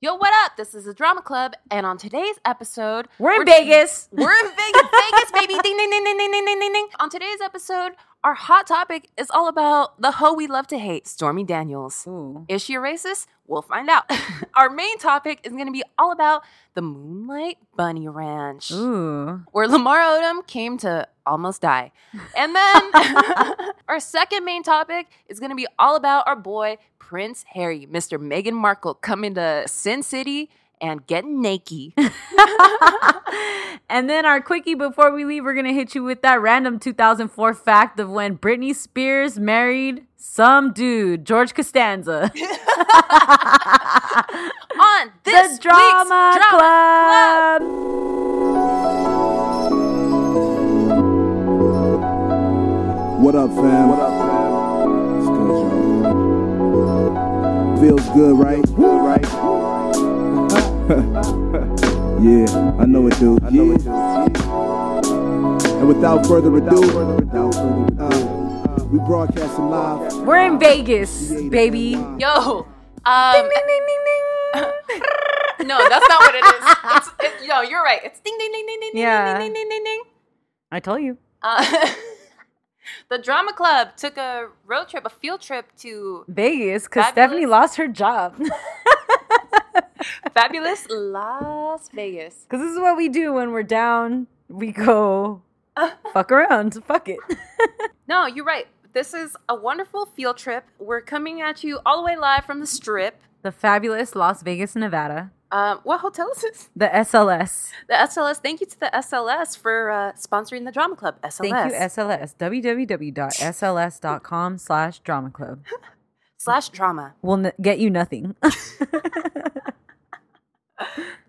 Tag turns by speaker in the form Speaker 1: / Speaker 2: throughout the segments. Speaker 1: Yo, what up? This is the Drama Club, and on today's episode,
Speaker 2: We're in
Speaker 1: We're-
Speaker 2: Vegas.
Speaker 1: we're in Vegas, Vegas, baby. Ding, ding, ding, ding, ding, ding, ding, ding, ding. On today's episode, our hot topic is all about the hoe we love to hate, Stormy Daniels.
Speaker 2: Ooh.
Speaker 1: Is she a racist? We'll find out. our main topic is going to be all about the Moonlight Bunny Ranch,
Speaker 2: Ooh.
Speaker 1: where Lamar Odom came to almost die. And then our second main topic is going to be all about our boy, Prince Harry, Mr. Meghan Markle, coming to Sin City and getting naked.
Speaker 2: and then our quickie before we leave, we're gonna hit you with that random 2004 fact of when Britney Spears married some dude, George Costanza.
Speaker 1: on this
Speaker 2: the drama,
Speaker 1: week's drama
Speaker 2: club.
Speaker 3: What up, fam? What up, fam? It's good, y'all. Feels good, right? Good, right? yeah, I know it, dude. I know it, And without further ado, uh, we broadcasting live.
Speaker 2: We're in Vegas, baby.
Speaker 1: Yo, um, no, that's not what it is. It's, it, yo, you're right. It's ding ding ding ding ding ding,
Speaker 2: Yeah.
Speaker 1: ding ding ding ding ding.
Speaker 2: I told you.
Speaker 1: Uh, the drama club took a road trip, a field trip to
Speaker 2: Vegas, because
Speaker 1: Fabulous.
Speaker 2: Stephanie lost her job.
Speaker 1: fabulous Las Vegas.
Speaker 2: Because this is what we do when we're down. We go fuck around. Fuck it.
Speaker 1: No, you're right. This is a wonderful field trip. We're coming at you all the way live from the Strip.
Speaker 2: The fabulous Las Vegas, Nevada.
Speaker 1: Um, what hotel is this?
Speaker 2: The SLS.
Speaker 1: The SLS. Thank you to the SLS for uh, sponsoring the drama club. SLS.
Speaker 2: Thank you, SLS. www.sls.com slash drama club.
Speaker 1: slash drama.
Speaker 2: We'll n- get you nothing.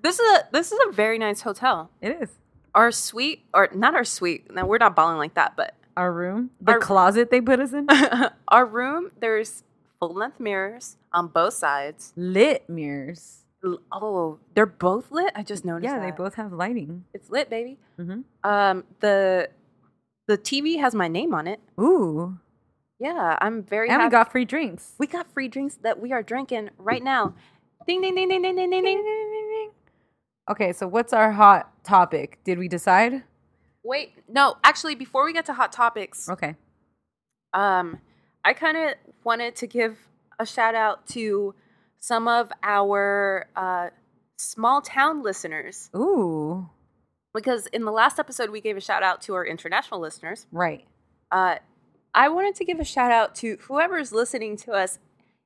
Speaker 1: This is a this is a very nice hotel.
Speaker 2: it is.
Speaker 1: Our suite, or not our suite. No, we're not balling like that. But
Speaker 2: Our room, the
Speaker 1: Our-
Speaker 2: closet they put us in.
Speaker 1: our room, there's full length mirrors on both sides.
Speaker 2: Lit mirrors.
Speaker 1: L- Oh, they're both lit. I just noticed.
Speaker 2: Yeah, they
Speaker 1: that.
Speaker 2: both have lighting.
Speaker 1: It's lit, baby.
Speaker 2: Mhm.
Speaker 1: Um, the the TV has my name on it.
Speaker 2: Ooh.
Speaker 1: Yeah, I'm very.
Speaker 2: And we
Speaker 1: happy.
Speaker 2: got free drinks.
Speaker 1: we got free drinks that we are drinking right now. Ding ding ding ding ding ding ding ding.
Speaker 2: Okay, so what's our hot topic? Did we decide?
Speaker 1: Wait, no. Actually, before we get to hot topics,
Speaker 2: Okay.
Speaker 1: um, I kind of wanted to give a shout out to some of our uh, small town listeners
Speaker 2: Ooh.
Speaker 1: because in the last episode we gave a shout out to our international listeners.
Speaker 2: Right.
Speaker 1: Uh, I wanted to give a shout out to whoever's listening to us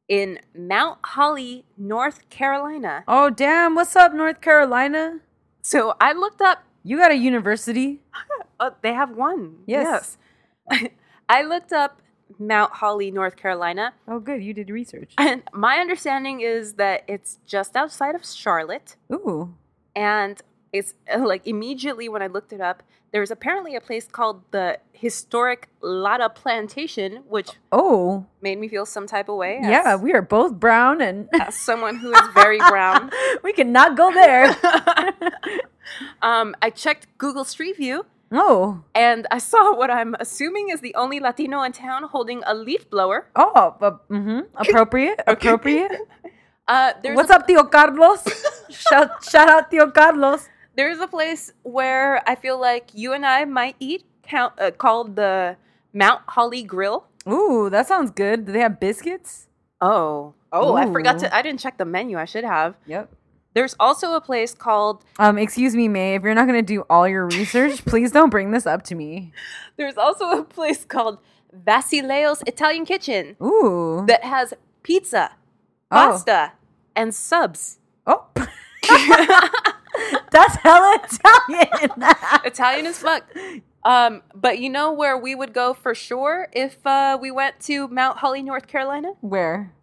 Speaker 1: in Mount Holly, North Carolina.
Speaker 2: Oh, damn. What's up, North Carolina?
Speaker 1: So I looked up.
Speaker 2: You got a university?
Speaker 1: Oh, they have one.
Speaker 2: Yes.
Speaker 1: Yes. I looked up Mount Holly, North Carolina.
Speaker 2: Oh, good. You did research.
Speaker 1: And my understanding is that it's just outside of Charlotte.
Speaker 2: Ooh.
Speaker 1: And it's uh, like immediately when I looked it up, there was apparently a place called the historic Lada Plantation, which
Speaker 2: Oh.
Speaker 1: made me feel some type of way. as-
Speaker 2: Yeah, we are both brown and
Speaker 1: as someone who is very brown.
Speaker 2: we cannot go there.
Speaker 1: um, I checked Google Street View
Speaker 2: Oh.
Speaker 1: and I saw what I'm assuming is the only Latino in town holding a leaf blower.
Speaker 2: Oh, but, hmm appropriate. Appropriate.
Speaker 1: Uh, there's
Speaker 2: What's
Speaker 1: a,
Speaker 2: up, Tio Carlos? shout, shout out, Tio Carlos.
Speaker 1: There's a place where I feel like you and I might eat count, uh, called the Mount Holly Grill.
Speaker 2: Ooh, that sounds good. Do they have biscuits?
Speaker 1: Oh, oh, I forgot
Speaker 2: Ooh.
Speaker 1: to. I didn't check the menu. I should have.
Speaker 2: Yep.
Speaker 1: There's also a place called.
Speaker 2: Um, excuse me, May. If you're not gonna do all your research, please don't bring this up to me.
Speaker 1: There's also a place called Vasileo's Italian Kitchen
Speaker 2: Ooh.
Speaker 1: that has pizza,
Speaker 2: Oh.
Speaker 1: pasta, and subs.
Speaker 2: Oh. That's hella Italian.
Speaker 1: Italian as fuck. Um, but you know where we would go for sure if uh, we went to Mount Holly, North Carolina?
Speaker 2: Where?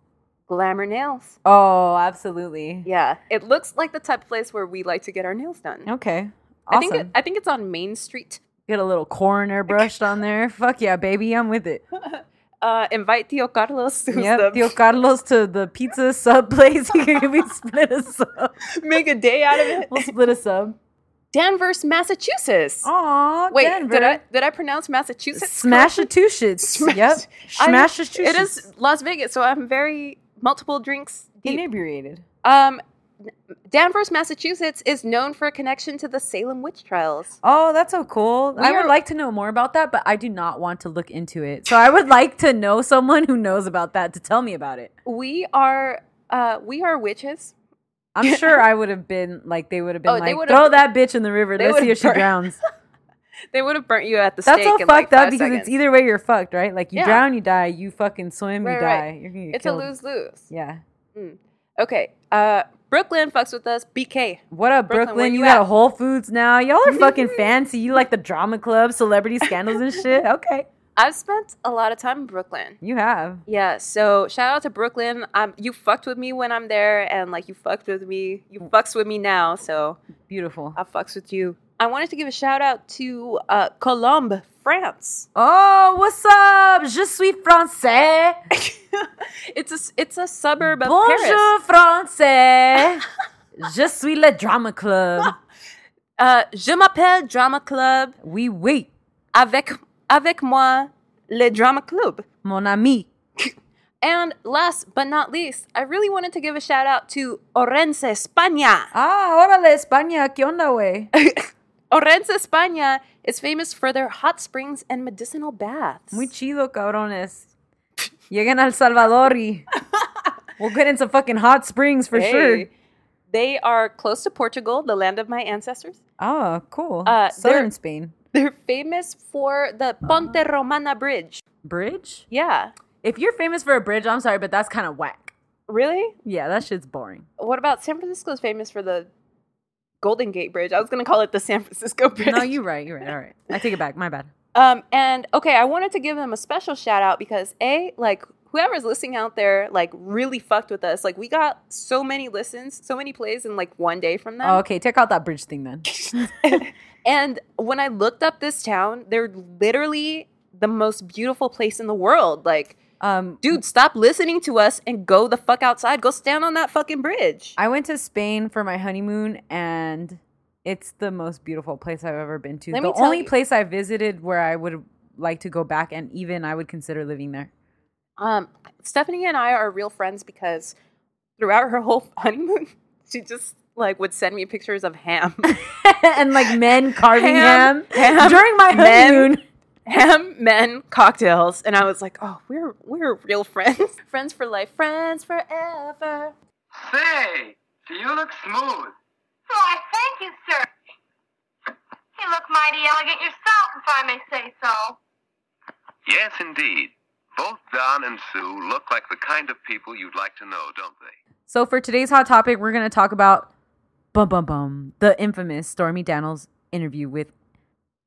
Speaker 1: Glamour Nails.
Speaker 2: Oh, absolutely.
Speaker 1: Yeah, it looks like the type of place where we like to get our nails done.
Speaker 2: Okay. Oh, Awesome.
Speaker 1: I think it, I think it's on Main Street.
Speaker 2: Get a little coroner brushed on there. Fuck yeah, baby. I'm with it.
Speaker 1: Uh, invite Tio Carlos, who's
Speaker 2: Yep. Tio
Speaker 1: the,
Speaker 2: Carlos to the pizza sub place. we split a sub.
Speaker 1: make a day out of it.
Speaker 2: We'll split a sub.
Speaker 1: Danvers, Massachusetts.
Speaker 2: Oh, Aw,
Speaker 1: Wait,
Speaker 2: Denver.
Speaker 1: did I did I pronounce Massachusetts?
Speaker 2: Smash a two shits. Yep.
Speaker 1: I'm-
Speaker 2: Smash a two
Speaker 1: It is Las Vegas, so I'm very multiple drinks deep.
Speaker 2: inebriated.
Speaker 1: Um, Danvers, Massachusetts is known for a connection to the Salem witch trials.
Speaker 2: Oh, that's so cool. I would
Speaker 1: are-
Speaker 2: like to know more about that, but I do not want to look into it. So I would like to know someone who knows about that to tell me about it.
Speaker 1: We are uh, we are witches.
Speaker 2: I'm sure I would have been like they would have been
Speaker 1: Oh, they
Speaker 2: like
Speaker 1: would've-
Speaker 2: throw that bitch in the river.
Speaker 1: they
Speaker 2: Let's see
Speaker 1: would've
Speaker 2: if she
Speaker 1: burned-
Speaker 2: drowns.
Speaker 1: They would have burnt you at the
Speaker 2: That's
Speaker 1: stake.
Speaker 2: all
Speaker 1: in,
Speaker 2: fucked
Speaker 1: like,
Speaker 2: up
Speaker 1: five
Speaker 2: because
Speaker 1: seconds.
Speaker 2: it's either way you're fucked, right? Like you
Speaker 1: Yeah.
Speaker 2: drown, you die. You fucking swim, you
Speaker 1: Right,
Speaker 2: die.
Speaker 1: right.
Speaker 2: You're gonna get
Speaker 1: it's a
Speaker 2: killed.
Speaker 1: lose lose.
Speaker 2: Yeah.
Speaker 1: Okay. Uh, Brooklyn fucks with us. BK.
Speaker 2: What up,
Speaker 1: Brooklyn,
Speaker 2: Brooklyn?
Speaker 1: where
Speaker 2: you,
Speaker 1: you
Speaker 2: got
Speaker 1: at?
Speaker 2: a Whole Foods now. Y'all are fucking fancy. You like the drama club, celebrity scandals and shit. Okay,
Speaker 1: I've spent a lot of time in Brooklyn.
Speaker 2: you have.
Speaker 1: Yeah, so shout out to Brooklyn. Um, you fucked with me when I'm there, and like you fucked with me, you fucks with me now. So
Speaker 2: Beautiful.
Speaker 1: I fucks with you. I wanted to give a shout out to uh, Colombe, France.
Speaker 2: Oh, what's up? Je suis français.
Speaker 1: It's a s- it's a suburb of Paris.
Speaker 2: Bonjour, français. Je suis le drama club.
Speaker 1: Uh, je m'appelle Drama Club.
Speaker 2: Oui, oui,
Speaker 1: Avec avec moi, le Drama Club.
Speaker 2: mon ami.
Speaker 1: And last but not least, I really wanted to give a shout out to Orense, España.
Speaker 2: Ah, órale, España, ¿qué onda, güey?
Speaker 1: Orense, España is famous for their hot springs and medicinal baths.
Speaker 2: Muy chido, cabrones. Lleguen al Salvador y we'll get into fucking hot springs for
Speaker 1: Hey,
Speaker 2: sure.
Speaker 1: They are close to Portugal, the land of my ancestors.
Speaker 2: Oh, cool.
Speaker 1: Uh,
Speaker 2: Southern
Speaker 1: they're-
Speaker 2: Spain.
Speaker 1: They're famous for the Ponte Romana Bridge.
Speaker 2: Bridge?
Speaker 1: Yeah.
Speaker 2: If you're famous for a bridge, I'm sorry, but that's kind of whack.
Speaker 1: Really?
Speaker 2: Yeah, that shit's boring.
Speaker 1: What about San Francisco's famous for the Golden Gate Bridge? I was going to call it the San Francisco Bridge.
Speaker 2: No, you're right. You're right. All right. I take it back. My bad.
Speaker 1: Um, and okay, I wanted to give them a special shout out because a like whoever's listening out there like really fucked with us. Like we got so many listens, so many plays in like one day from them.
Speaker 2: Oh, okay, take out that bridge thing then.
Speaker 1: And when I looked up this town, they're literally the most beautiful place in the world. Like,
Speaker 2: Um,
Speaker 1: dude, stop listening to us and go the fuck outside. Go stand on that fucking bridge.
Speaker 2: I went to Spain for my honeymoon and it's the most beautiful place I've ever been to.
Speaker 1: Let
Speaker 2: the
Speaker 1: me tell
Speaker 2: only
Speaker 1: you-
Speaker 2: place I visited where I would like to go back and even I would consider living there.
Speaker 1: Um, Stephanie and I are real friends because throughout her whole honeymoon, she just like would send me pictures of ham,
Speaker 2: and like men carving ham,
Speaker 1: Ham, ham,
Speaker 2: during my
Speaker 1: men.
Speaker 2: honeymoon.
Speaker 1: ham, men, cocktails, and I was like, oh, we're we're real friends, friends for life, friends forever.
Speaker 4: Say, do you look smooth?
Speaker 5: Oh, I thank you, sir. You look mighty elegant yourself, if I may say so.
Speaker 4: Yes, indeed. Both Don and Sue look like the kind of people you'd like to know, don't they?
Speaker 2: So for today's hot topic, we're gonna talk about bum bum bum the infamous Stormy Daniels interview with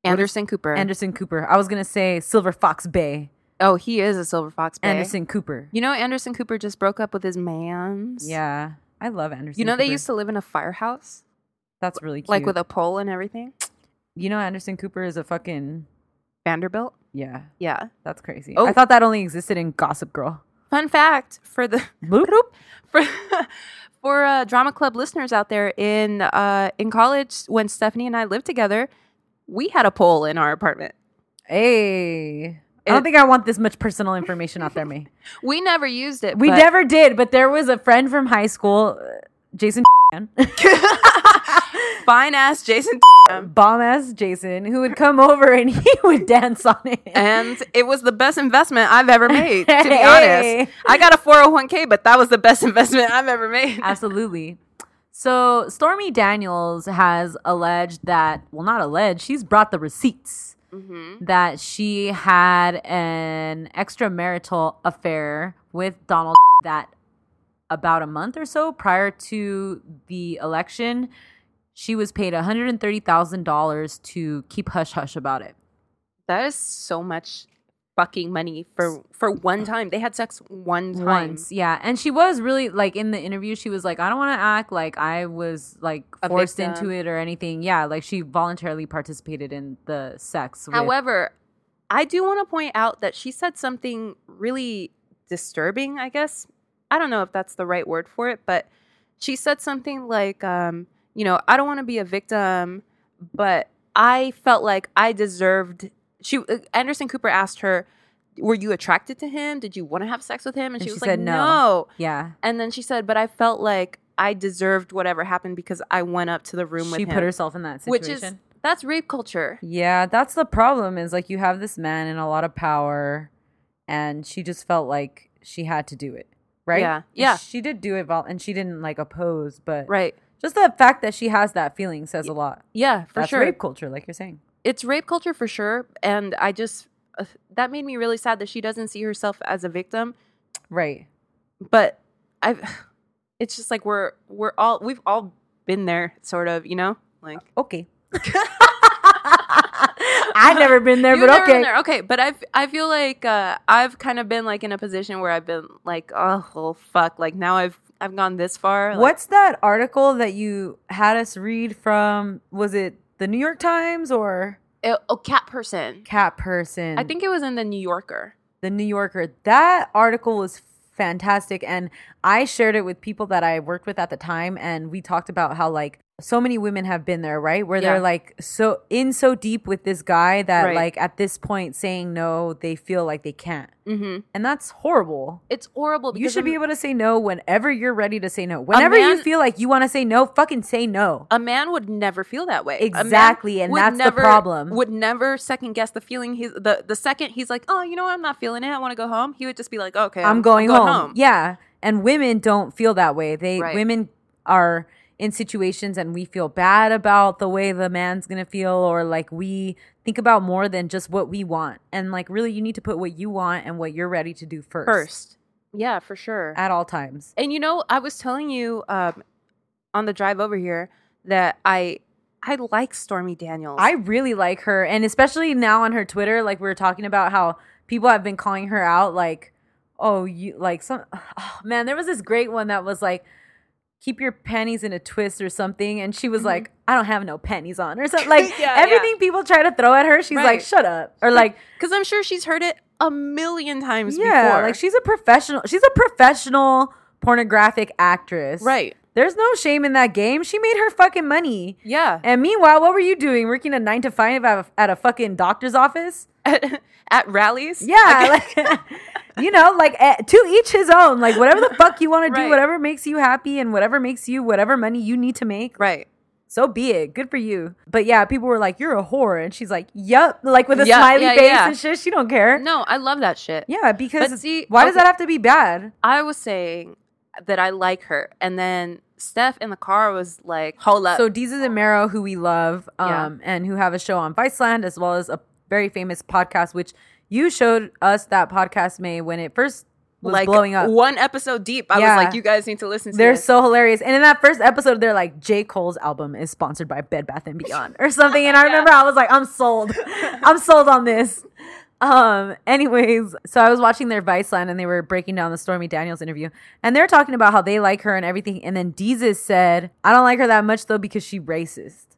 Speaker 1: Anderson Cooper.
Speaker 2: Anderson Cooper. I was gonna say Silver Fox Bay.
Speaker 1: oh, he is a silver fox. Bay.
Speaker 2: Anderson Cooper.
Speaker 1: You know, Anderson Cooper just broke up with his man's.
Speaker 2: Yeah, I love Anderson.
Speaker 1: You know, they
Speaker 2: Cooper.
Speaker 1: used to live in a firehouse,
Speaker 2: That's really cute.
Speaker 1: like with a pole and everything.
Speaker 2: You know, Anderson Cooper is a fucking
Speaker 1: Vanderbilt.
Speaker 2: yeah.
Speaker 1: Yeah.
Speaker 2: That's crazy.
Speaker 1: Oh.
Speaker 2: I thought that only existed in Gossip Girl.
Speaker 1: Fun fact for the
Speaker 2: Bloop.
Speaker 1: for for uh, drama club listeners out there in uh, in college when Stephanie and I lived together, we had a pole in our apartment.
Speaker 2: Hey. I don't
Speaker 1: It-
Speaker 2: think I want this much personal information out there, me.
Speaker 1: We never used it.
Speaker 2: We
Speaker 1: but-
Speaker 2: never did, but there was a friend from high school, uh, Jason
Speaker 1: fine ass Jason,
Speaker 2: bomb ass Jason who would come over and he would dance on it.
Speaker 1: and it was the best investment I've ever made. To be
Speaker 2: Hey.
Speaker 1: honest, I got a four hundred one k, but that was the best investment I've ever made.
Speaker 2: Absolutely. So Stormy Daniels has alleged that, well, not alleged, she's brought the receipts that she had an extramarital affair with Donald that about a month or so prior to the election, she was paid $130,000 to keep hush hush about it.
Speaker 1: That is so much fucking money for for one time. They had sex one time.
Speaker 2: uh, once yeah and she was really like in the interview she was like i don't want to act like i was like
Speaker 1: A
Speaker 2: forced
Speaker 1: victim.
Speaker 2: into it or anything yeah like she voluntarily participated in the sex with-
Speaker 1: However, I do want to point out that she said something really disturbing, I guess. I don't know if that's the right word for it, but she said something like um, you know, I don't want to be a victim, but I felt like I deserved she uh, Anderson Cooper asked her, "Were you attracted to him? Did you want to have sex with him?" And, she was like,
Speaker 2: said no.
Speaker 1: "No."
Speaker 2: yeah
Speaker 1: And then she said, but I felt like I deserved whatever happened because I went up to the room with
Speaker 2: she
Speaker 1: him.
Speaker 2: put herself in that situation.
Speaker 1: which is that's rape culture.
Speaker 2: Yeah, that's the problem is like you have this man in a lot of power and she just felt like she had to do it. Right?
Speaker 1: Yeah,
Speaker 2: And
Speaker 1: yeah.
Speaker 2: She did do it vol- and she didn't like oppose, but
Speaker 1: Right.
Speaker 2: just the fact that she has that feeling says a lot.
Speaker 1: Yeah, for
Speaker 2: that's
Speaker 1: sure.
Speaker 2: rape culture, like you're saying.
Speaker 1: It's rape culture for sure, and I just uh, that made me really sad that she doesn't see herself as a victim.
Speaker 2: Right.
Speaker 1: But I, it's just like we're we're all we've all been there, sort of, you know, like.
Speaker 2: Okay. I've never been there,
Speaker 1: You've
Speaker 2: but
Speaker 1: never been
Speaker 2: okay.
Speaker 1: there. Okay, but I I feel like uh, I've kind of been like in a position where I've been like, oh well, fuck, like now I've I've gone this far. like-
Speaker 2: What's that article that you had us read from? Was it the New York Times or
Speaker 1: Eh, oh, cat person.
Speaker 2: Cat Person?
Speaker 1: I think it was in the New Yorker.
Speaker 2: the New Yorker. That article was fantastic. And I shared it with people that I worked with at the time. And we talked about how, like, so many women have been there, right? Where
Speaker 1: Yeah.
Speaker 2: they're like so in so deep with this guy that,
Speaker 1: Right.
Speaker 2: like, at this point, saying no, they feel like they can't.
Speaker 1: Mm-hmm.
Speaker 2: And that's horrible.
Speaker 1: It's horrible.
Speaker 2: You
Speaker 1: Because a-
Speaker 2: should be able to say no whenever you're ready to say no. Whenever you
Speaker 1: man-
Speaker 2: feel like you want to say no, fucking say no.
Speaker 1: A man would never feel that way. A man
Speaker 2: Exactly, and
Speaker 1: would
Speaker 2: that's the problem.
Speaker 1: Would never second guess the feeling. He's the the second he's like, oh, you know, what? I'm not feeling it. I want to go home. He would just be like, okay,
Speaker 2: I'm going home. Yeah. And women don't feel that way. They
Speaker 1: Right.
Speaker 2: women are in situations and we feel bad about the way the man's going to feel or like we think about more than just what we want. And like really you need to put what you want and what you're ready to do first.
Speaker 1: first. Yeah, for sure.
Speaker 2: At all times.
Speaker 1: And you know, I was telling you um, on the drive over here that I I like Stormy Daniels.
Speaker 2: I really like her and especially now on her Twitter like we were talking about how people have been calling her out like oh you like some oh, man there was this great one that was like keep your panties in a twist or something and she was like I don't have no panties on or something like
Speaker 1: Mm-hmm. Yeah, yeah.
Speaker 2: everything people try to throw at her she's like
Speaker 1: Right.
Speaker 2: shut up or like
Speaker 1: because I'm sure she's heard it a million times
Speaker 2: yeah
Speaker 1: before.
Speaker 2: like she's a professional she's a professional pornographic actress
Speaker 1: right.
Speaker 2: there's no shame in that game she made her fucking money
Speaker 1: Yeah.
Speaker 2: and meanwhile what were you doing working a 9 to 5 at a, at a fucking doctor's office
Speaker 1: At, rallies.
Speaker 2: Yeah, like you know, like eh, to each his own. Like whatever the fuck you want to do,
Speaker 1: Right.
Speaker 2: whatever makes you happy, and whatever makes you whatever money you need to make.
Speaker 1: Right.
Speaker 2: So be it. Good for you. But yeah, people were like, "You're a whore," and she's like, "Yup," like with a
Speaker 1: Yeah,
Speaker 2: smiley
Speaker 1: yeah,
Speaker 2: face
Speaker 1: yeah.
Speaker 2: and shit. She don't care.
Speaker 1: No, I love that shit.
Speaker 2: Yeah, because
Speaker 1: see,
Speaker 2: why does
Speaker 1: okay.
Speaker 2: that have to be bad?
Speaker 1: I was saying that I like her, and then Steph in the car was like, "Hold up."
Speaker 2: so Deezus and Mero, who we love,
Speaker 1: Yeah.
Speaker 2: um, and who have a show on Viceland as well as a very famous podcast, which you showed us that podcast May when it first was
Speaker 1: like
Speaker 2: blowing up.
Speaker 1: one episode deep, I
Speaker 2: Yeah.
Speaker 1: was like, "You guys need to listen to
Speaker 2: They're
Speaker 1: this."
Speaker 2: so hilarious. And in that first episode, they're like, J. Cole's album is sponsored by Bed Bath and Beyond or something. And I remember I was like, I'm sold. I'm sold on this. Um, anyways, so I was watching their Vice line and they were breaking down the Stormy Daniels interview. And they're talking about how they like her and everything. And then Deezus said, I don't like her that much though because she racist.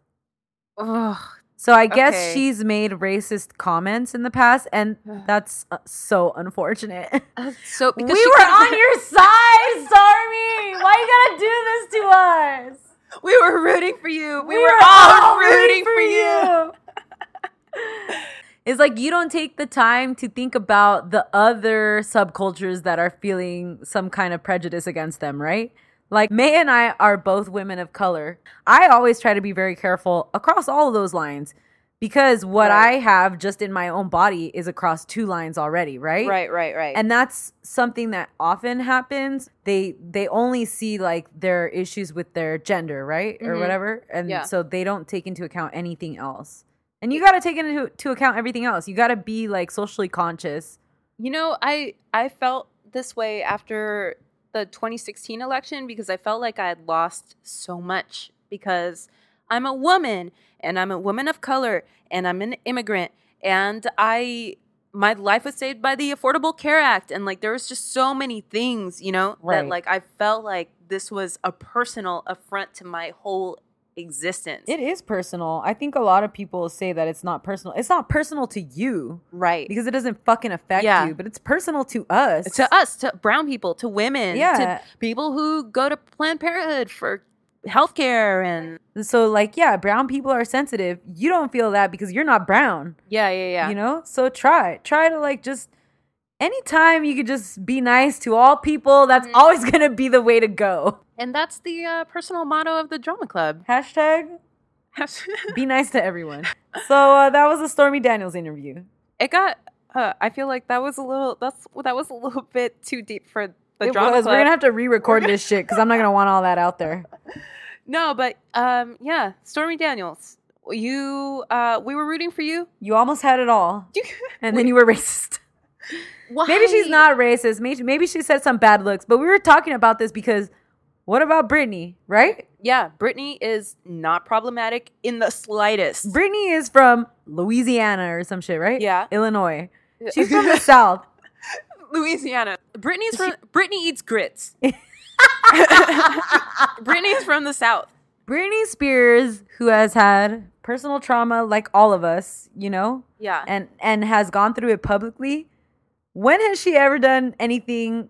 Speaker 1: Ugh.
Speaker 2: So I guess
Speaker 1: Okay.
Speaker 2: she's made racist comments in the past, and that's uh, so unfortunate.
Speaker 1: So because
Speaker 2: we
Speaker 1: she
Speaker 2: were
Speaker 1: could've-
Speaker 2: on your side, Stormy. Why you gotta do this to us?
Speaker 1: we were rooting for you. We, were, all, rooting, for you.
Speaker 2: it's like you don't take the time to think about the other subcultures that are feeling some kind of prejudice against them, right? Like May and I are both women of color. I always try to be very careful across all of those lines because what
Speaker 1: Right.
Speaker 2: I have just in my own body is across two lines already, right?
Speaker 1: Right, right, right.
Speaker 2: and that's something that often happens they they only see like their issues with their gender right or
Speaker 1: Mhm.
Speaker 2: whatever and
Speaker 1: Yeah.
Speaker 2: so they don't take into account anything else and you got to take into to account everything else you got to be like socially conscious
Speaker 1: you know, I I felt this way after the 2016 election because I felt like I had lost so much because I'm a woman and I'm a woman of color and I'm an immigrant and I my life was saved by the Affordable Care Act and like there was just so many things, you know,
Speaker 2: Right.
Speaker 1: that like I felt like this was a personal affront to my whole existence.
Speaker 2: it is personal i think a lot of people say that it's not personal it's not personal to you
Speaker 1: right.
Speaker 2: because it doesn't fucking affect
Speaker 1: Yeah.
Speaker 2: you but it's personal to us
Speaker 1: to us, to brown people, to women,
Speaker 2: Yeah.
Speaker 1: to people who go to Planned Parenthood for healthcare and
Speaker 2: so like yeah brown people are sensitive you don't feel that because you're not brown
Speaker 1: yeah, yeah, yeah.
Speaker 2: you know so try try to like just
Speaker 1: Mm-hmm.
Speaker 2: anytime you could just be nice to all people that's always gonna be the way to go
Speaker 1: And that's the uh, personal motto of the drama club.
Speaker 2: Hashtag be nice to everyone. So uh, that was a Stormy Daniels interview.
Speaker 1: it got. Uh, I feel like that was a little. That's that was a little bit too deep for the
Speaker 2: It
Speaker 1: drama
Speaker 2: was.
Speaker 1: club.
Speaker 2: We're gonna have to re-record this shit because I'm not gonna want all that out there.
Speaker 1: no, but um, yeah, Stormy Daniels. You, uh, we were rooting for you.
Speaker 2: You almost had it all, and then you were racist. Maybe she's
Speaker 1: Why?
Speaker 2: not racist. Maybe maybe she said some bad looks. But we were talking about this because what about Britney, right?
Speaker 1: Yeah, Brittany is not problematic in the slightest.
Speaker 2: Britney is from Louisiana or some shit, right?
Speaker 1: Yeah.
Speaker 2: Illinois. She's from the South.
Speaker 1: Louisiana. Brittany's from Brittany eats grits. Brittany's from the South.
Speaker 2: Britney Spears, who has had personal trauma like all of us, you know,
Speaker 1: Yeah.
Speaker 2: and and has gone through it publicly. When has she ever done anything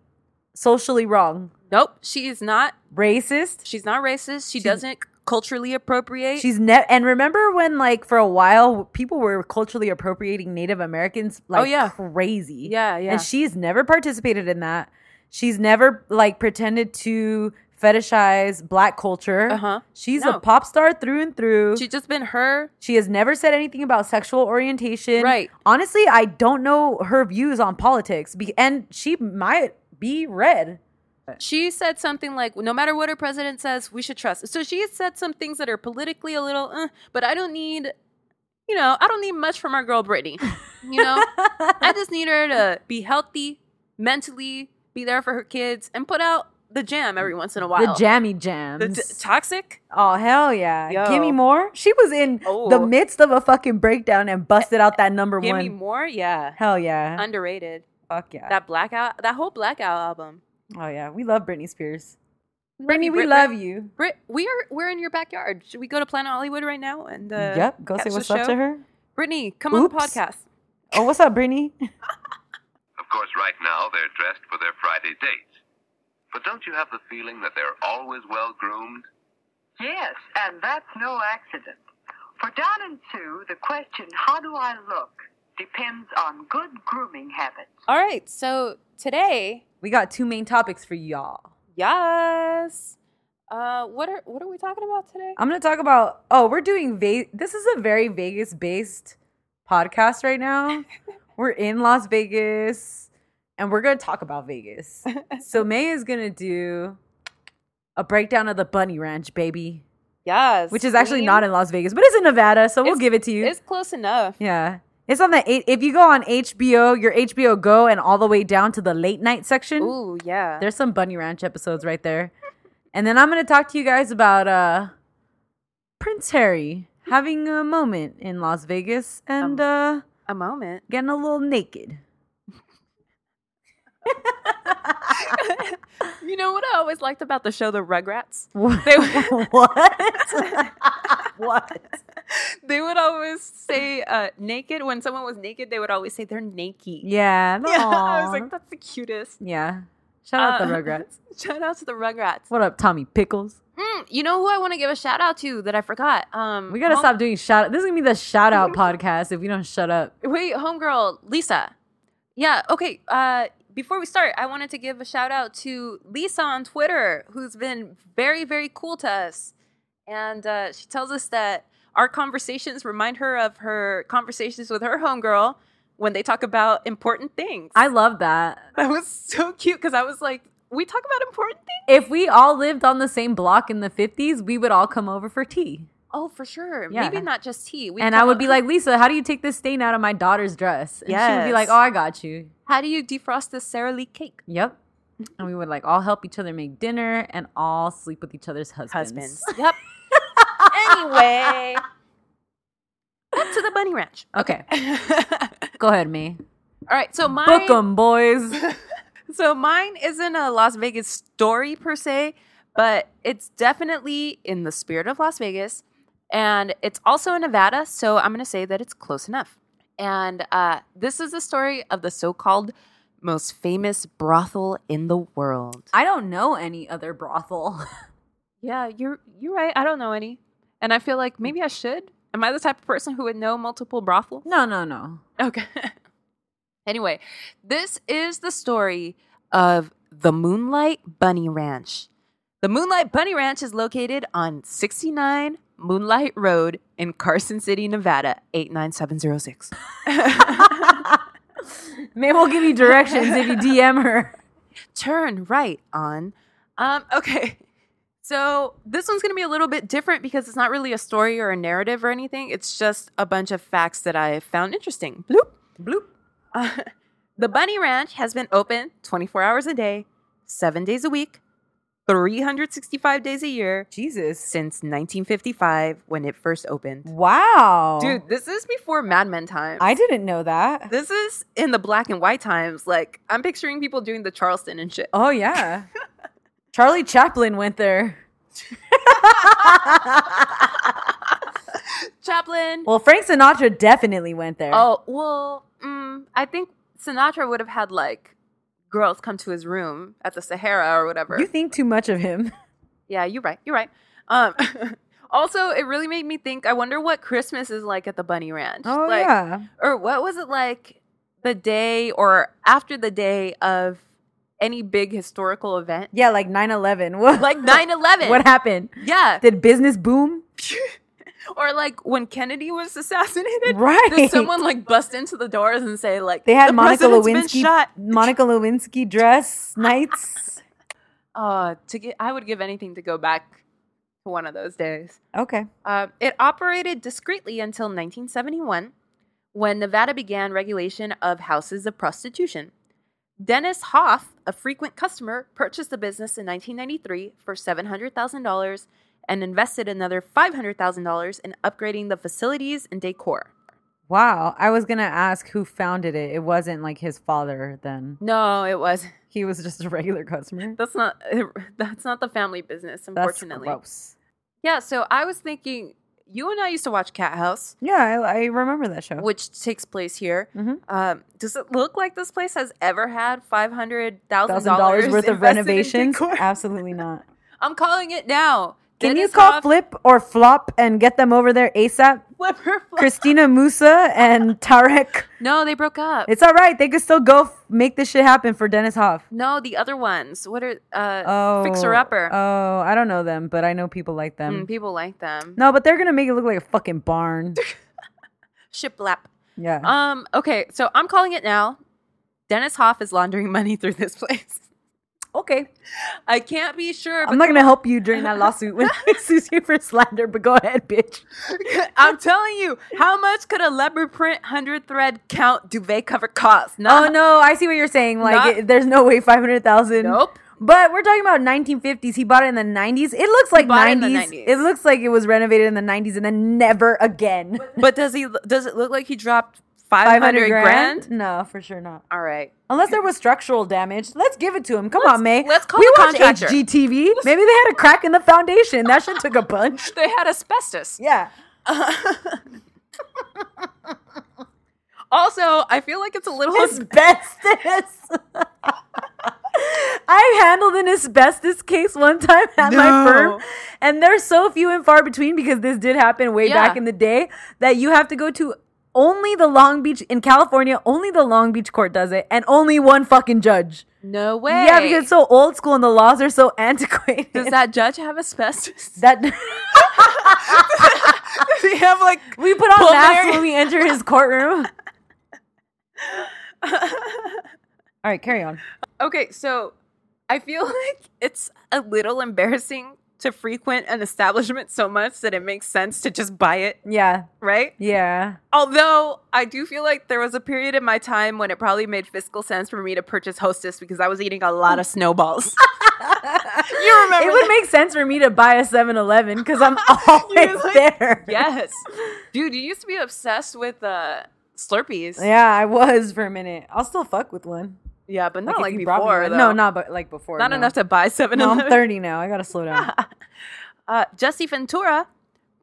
Speaker 2: socially wrong?
Speaker 1: nope, she is not.
Speaker 2: Racist?
Speaker 1: She's not racist. She doesn't culturally appropriate.
Speaker 2: She's ne- and remember when like for a while people were culturally appropriating Native Americans like
Speaker 1: Oh, yeah.
Speaker 2: crazy.
Speaker 1: yeah, yeah.
Speaker 2: And she's never participated in that. She's never like pretended to fetishize black culture.
Speaker 1: Uh-huh.
Speaker 2: She's
Speaker 1: No.
Speaker 2: a pop star through and through.
Speaker 1: She's just been her.
Speaker 2: She has never said anything about sexual orientation.
Speaker 1: Right.
Speaker 2: Honestly, I don't know her views on politics, be- and she might be red.
Speaker 1: She said something like, "No matter what her president says, we should trust." So she has said some things that are politically a little, uh, but I don't need, you know, I don't need much from our girl Brittany. You know, I just need her to be healthy mentally, be there for her kids, and put out the jam every once in a while.
Speaker 2: The jammy
Speaker 1: The
Speaker 2: jams.
Speaker 1: t- toxic.
Speaker 2: oh hell yeah!
Speaker 1: Yo.
Speaker 2: Give me more. She was in
Speaker 1: Oh.
Speaker 2: the midst of a fucking breakdown and busted out that number
Speaker 1: Give
Speaker 2: one.
Speaker 1: me more. Yeah,
Speaker 2: Hell yeah!
Speaker 1: underrated.
Speaker 2: Fuck yeah!
Speaker 1: That blackout. That whole blackout album.
Speaker 2: oh yeah, we love Britney Spears.
Speaker 1: love
Speaker 2: Britney,
Speaker 1: you,
Speaker 2: we
Speaker 1: Brit-
Speaker 2: love you.
Speaker 1: Brit, we are we're in your backyard. Should we go to Planet Hollywood right now? And uh,
Speaker 2: yep, go
Speaker 1: catch
Speaker 2: say
Speaker 1: the
Speaker 2: what's up
Speaker 1: show?
Speaker 2: to her.
Speaker 1: Brittany, come on
Speaker 2: Oops.
Speaker 1: the podcast.
Speaker 2: Oh, what's up, Britney?
Speaker 4: Of course, right now they're dressed for their Friday dates. But don't you have the feeling that they're always well groomed?
Speaker 6: Yes, and that's no accident. For Don and Sue, the question, how do I look, depends on good grooming habits.
Speaker 1: All right, so today,
Speaker 2: we got two main topics for y'all.
Speaker 1: yes. Uh, what are what are we talking about today?
Speaker 2: I'm gonna talk about. Oh, we're doing. Ve- this is a very Vegas based podcast right now. we're in Las Vegas, and we're gonna talk about Vegas. so May is gonna do a breakdown of the Bunny Ranch, baby,
Speaker 1: Yes,
Speaker 2: which is actually
Speaker 1: Queen.
Speaker 2: not in Las Vegas, but it's in Nevada. So we'll
Speaker 1: It's-
Speaker 2: give it to you.
Speaker 1: It's close enough.
Speaker 2: yeah. It's on the eight. If you go on HBO, your HBO Go, and all the way down to the late night section,
Speaker 1: Ooh, yeah.
Speaker 2: there's some Bunny Ranch episodes right there. And then I'm going to talk to you guys about uh, Prince Harry having a moment in Las Vegas and uh,
Speaker 1: a moment.
Speaker 2: getting a little naked.
Speaker 1: You know what I always liked about the show, The Rugrats.
Speaker 2: What?
Speaker 1: They
Speaker 2: what? what?
Speaker 1: they would always say uh, naked when someone was naked. They would always say they're naked.
Speaker 2: Yeah.
Speaker 1: Yeah, I was
Speaker 2: aw.
Speaker 1: like, that's the cutest.
Speaker 2: yeah. Shout out the
Speaker 1: Uh,
Speaker 2: Rugrats.
Speaker 1: Shout out to the Rugrats.
Speaker 2: What up, Tommy Pickles?
Speaker 1: Mm, you know who I want to give a shout out to that I forgot. Um,
Speaker 2: We got to
Speaker 1: home-
Speaker 2: stop doing shout out. This is going to be the shout out podcast if we don't shut up.
Speaker 1: Wait, homegirl Lisa. Yeah. Okay. Uh, before we start, I wanted to give a shout out to Lisa on Twitter, who's been very, very cool to us, and uh, she tells us that our conversations remind her of her conversations with her homegirl when they talk about important things.
Speaker 2: I love that.
Speaker 1: that was so cute because I was like, we talk about important things.
Speaker 2: If we all lived on the same block in the 50s, we would all come over for tea.
Speaker 1: Oh, for sure.
Speaker 2: Yeah.
Speaker 1: Maybe not just tea. We
Speaker 2: and
Speaker 1: come
Speaker 2: I would
Speaker 1: up-
Speaker 2: be like, Lisa, how do you take this stain out of my daughter's dress? And she would be like,
Speaker 1: Yes.
Speaker 2: Oh, I got you.
Speaker 1: how do you defrost this Sara Lee cake?
Speaker 2: Yep. And we would like all help each other make dinner and all sleep with each other's husbands.
Speaker 1: husbands. Yep. anyway, back to the bunny ranch.
Speaker 2: Okay,
Speaker 1: All
Speaker 2: go ahead, me.
Speaker 1: right, so mine.
Speaker 2: Book 'em, boys.
Speaker 1: So mine isn't a Las Vegas story per se, but it's definitely in the spirit of Las Vegas, and it's also in Nevada. So I'm going to say that it's close enough. And uh, this is the story of the so-called most famous brothel in the world.
Speaker 2: I don't know any other brothel.
Speaker 1: Yeah, you're you're right. I don't know any, and I feel like maybe I should. Am I the type of person who would know multiple brothels?
Speaker 2: No, no, no.
Speaker 1: Okay. anyway, this is the story of the Moonlight Bunny Ranch, The Moonlight Bunny Ranch is located on 69 Moonlight Road in Carson City, Nevada, 89706.
Speaker 2: Maybe we'll give you directions if you DM her.
Speaker 1: Turn right on. Um, okay. So this one's going to be a little bit different because it's not really a story or a narrative or anything. It's just a bunch of facts that I found interesting. Bloop.
Speaker 2: Bloop.
Speaker 1: Uh, the Bunny Ranch has been open 24 hours a day, seven days a week, 365 days a year
Speaker 2: Jesus.
Speaker 1: since 1955 when it first opened.
Speaker 2: Wow.
Speaker 1: Dude, this is before Mad Men time.
Speaker 2: I didn't know that.
Speaker 1: This is in the black and white times. Like, I'm picturing people doing the Charleston and shit.
Speaker 2: Oh yeah. Charlie Chaplin went there.
Speaker 1: Chaplin.
Speaker 2: Well, Frank Sinatra definitely went there.
Speaker 1: Oh, well, mm, I think Sinatra would have had like girls come to his room at the Sahara or whatever.
Speaker 2: you think too much of him.
Speaker 1: yeah, you're right. You're right. Um, also, it really made me think I wonder what Christmas is like at the Bunny Ranch. like,
Speaker 2: Oh, yeah.
Speaker 1: Or what was it like the day or after the day of any big historical event?
Speaker 2: Yeah, like 9/11. What?
Speaker 1: Like 9 11.
Speaker 2: what happened?
Speaker 1: Yeah.
Speaker 2: Did business boom?
Speaker 1: Or like when Kennedy was assassinated.
Speaker 2: Right.
Speaker 1: Did someone like bust into the doors and say like
Speaker 2: They had
Speaker 1: "The
Speaker 2: Monica
Speaker 1: president's been
Speaker 2: Lewinsky
Speaker 1: shot?
Speaker 2: Monica Lewinsky dress nights.
Speaker 1: Uh, to get, I would give anything to go back to one of those days.
Speaker 2: Okay.
Speaker 1: Uh, it operated discreetly until 1971, when Nevada began regulation of houses of prostitution. Dennis Hoff, a frequent customer, purchased the business in 1993 for $700,000 and invested another $500,000 in upgrading the facilities and decor.
Speaker 2: Wow. I was going to ask who founded it. It wasn't like his father then.
Speaker 1: No, it was.
Speaker 2: He was just a regular customer.
Speaker 1: That's not. eh, That's not the family business,
Speaker 2: That's
Speaker 1: unfortunately.
Speaker 2: gross.
Speaker 1: Yeah. So I was thinking, you and I used to watch Cat House.
Speaker 2: Yeah, I, I remember that show.
Speaker 1: which takes place here.
Speaker 2: Mhm.
Speaker 1: Um, does it look like this place has ever had five hundred thousand
Speaker 2: Thousand dollars worth of renovations? Absolutely not.
Speaker 1: I'm calling it now.
Speaker 2: Can you
Speaker 1: Dennis
Speaker 2: call
Speaker 1: Hoff,
Speaker 2: Flip or Flop and get them over there ASAP?
Speaker 1: Flipper Flop?
Speaker 2: Christina Musa and Tarek.
Speaker 1: No, they broke up.
Speaker 2: It's all right. They could still go f- make this shit happen for Dennis Hoff.
Speaker 1: no, the other ones. What are uh,
Speaker 2: Oh,
Speaker 1: Fixer Upper?
Speaker 2: Oh, I don't know them, but I know people like them.
Speaker 1: Mm, people like them.
Speaker 2: No, but they're gonna make it look like a fucking barn.
Speaker 1: Shiplap.
Speaker 2: Yeah.
Speaker 1: Um. Okay, so I'm calling it now. Dennis Hoff is laundering money through this place.
Speaker 2: okay.
Speaker 1: I can't be sure.
Speaker 2: I'm not gonna help you during that lawsuit when I sue you for slander, but go ahead, bitch.
Speaker 1: I'm telling you, how much could a leopard print hundred thread count duvet cover cost? No,
Speaker 2: Oh no, I see what you're saying. Like,
Speaker 1: Not-
Speaker 2: it, there's no way five hundred thousand.
Speaker 1: Nope.
Speaker 2: But we're talking about 1950s. He bought it in the 90s. It looks like
Speaker 1: bought it in
Speaker 2: 90s.
Speaker 1: the
Speaker 2: It,
Speaker 1: 90s.
Speaker 2: looks like it was renovated in the 90s and then never again.
Speaker 1: But does he? Does it look like he dropped five
Speaker 2: 500
Speaker 1: hundred grand?
Speaker 2: grand? No, for sure not.
Speaker 1: All right.
Speaker 2: Unless there was structural damage. Let's give it to him. Come on, May.
Speaker 1: let's call
Speaker 2: we
Speaker 1: the
Speaker 2: watch
Speaker 1: contractor.
Speaker 2: HGTV. Maybe they had a crack in the foundation. That shit took a punch.
Speaker 1: They had asbestos.
Speaker 2: Yeah.
Speaker 1: Also, I feel like it's a little.
Speaker 2: Asbestos. I handled an asbestos case one time at my
Speaker 1: No.
Speaker 2: firm, and they're so few and far between because this did happen way
Speaker 1: Yeah.
Speaker 2: back in the day that you have to go to only the Long Beach in California. Only the Long Beach court does it, and only one fucking judge.
Speaker 1: no way.
Speaker 2: Yeah, because it's so old school and the laws are so antiquated.
Speaker 1: does that judge have asbestos?
Speaker 2: that
Speaker 1: they have like.
Speaker 2: we put on
Speaker 1: Pulmonary-
Speaker 2: masks when we enter his courtroom. All right, carry on.
Speaker 1: Okay, so I feel like it's a little embarrassing to frequent an establishment so much that it makes sense to just buy it,
Speaker 2: Yeah,
Speaker 1: right?
Speaker 2: yeah.
Speaker 1: Although I do feel like there was a period in my time when it probably made fiscal sense for me to purchase Hostess because I was eating a lot of snowballs. you remember?
Speaker 2: it would
Speaker 1: that?
Speaker 2: make sense for me to buy a 7-Eleven because I'm always
Speaker 1: like,
Speaker 2: there.
Speaker 1: yes, dude. You used to be obsessed with uh, Slurpees.
Speaker 2: Yeah, I was for a minute. I'll still fuck with one.
Speaker 1: Yeah, but not
Speaker 2: if
Speaker 1: like,
Speaker 2: you brought me
Speaker 1: before.
Speaker 2: one.
Speaker 1: though.
Speaker 2: No, not but like before.
Speaker 1: not
Speaker 2: no.
Speaker 1: enough to buy Seven
Speaker 2: No, I'm
Speaker 1: Eleven.
Speaker 2: 30 now. I gotta slow down.
Speaker 1: Uh, Jesse Ventura,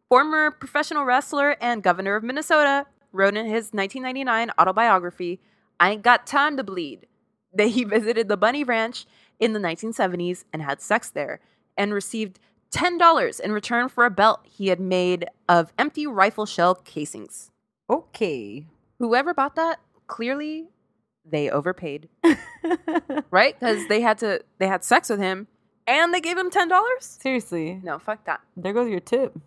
Speaker 1: former professional wrestler and governor of Minnesota, wrote in his 1999 autobiography, "I ain't got time to bleed," that he visited the Bunny Ranch in the 1970s and had sex there, and received. $10 in return for a belt he had made of empty rifle shell casings.
Speaker 2: okay.
Speaker 1: whoever bought that clearly they overpaid right because they had to they had sex with him and they gave him ten dollars.
Speaker 2: Seriously.
Speaker 1: No, fuck that.
Speaker 2: There goes your tip.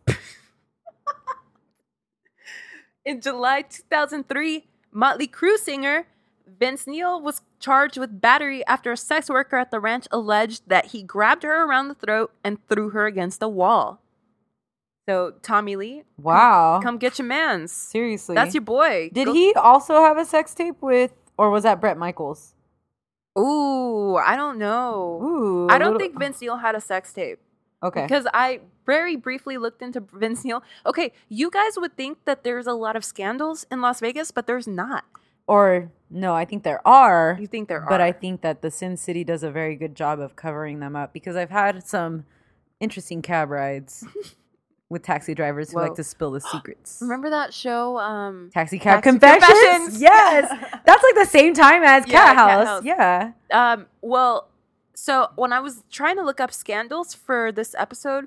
Speaker 1: In July 2003, Motley Crue singer Vince Neil was charged with battery after a sex worker at the ranch alleged that he grabbed her around the throat and threw her against a wall. So, Tommy Lee,
Speaker 2: Wow.
Speaker 1: come get your mans.
Speaker 2: Oh. Seriously.
Speaker 1: That's your boy.
Speaker 2: Did
Speaker 1: Go-
Speaker 2: he also have a sex tape with, or was that Brett Michaels?
Speaker 1: Ooh, I don't know.
Speaker 2: Ooh.
Speaker 1: I
Speaker 2: a
Speaker 1: don't
Speaker 2: little-
Speaker 1: think Vince Neil had a sex tape.
Speaker 2: Okay.
Speaker 1: Because I very briefly looked into Vince Neil. Okay, you guys would think that there's a lot of scandals in Las Vegas, but there's not.
Speaker 2: Or no, I think there are.
Speaker 1: You think there are.
Speaker 2: but I think that the Sin City does a very good job of covering them up because I've had some interesting cab rides with taxi drivers who
Speaker 1: Whoa.
Speaker 2: like to spill the secrets.
Speaker 1: remember that show? Um,
Speaker 2: Taxi cab
Speaker 1: Taxi
Speaker 2: confessions?
Speaker 1: Confessions.
Speaker 2: Yes, that's like the same time as
Speaker 1: Yeah, Cat
Speaker 2: Cat, House.
Speaker 1: House.
Speaker 2: Yeah.
Speaker 1: um, well, so when I was trying to look up scandals for this episode,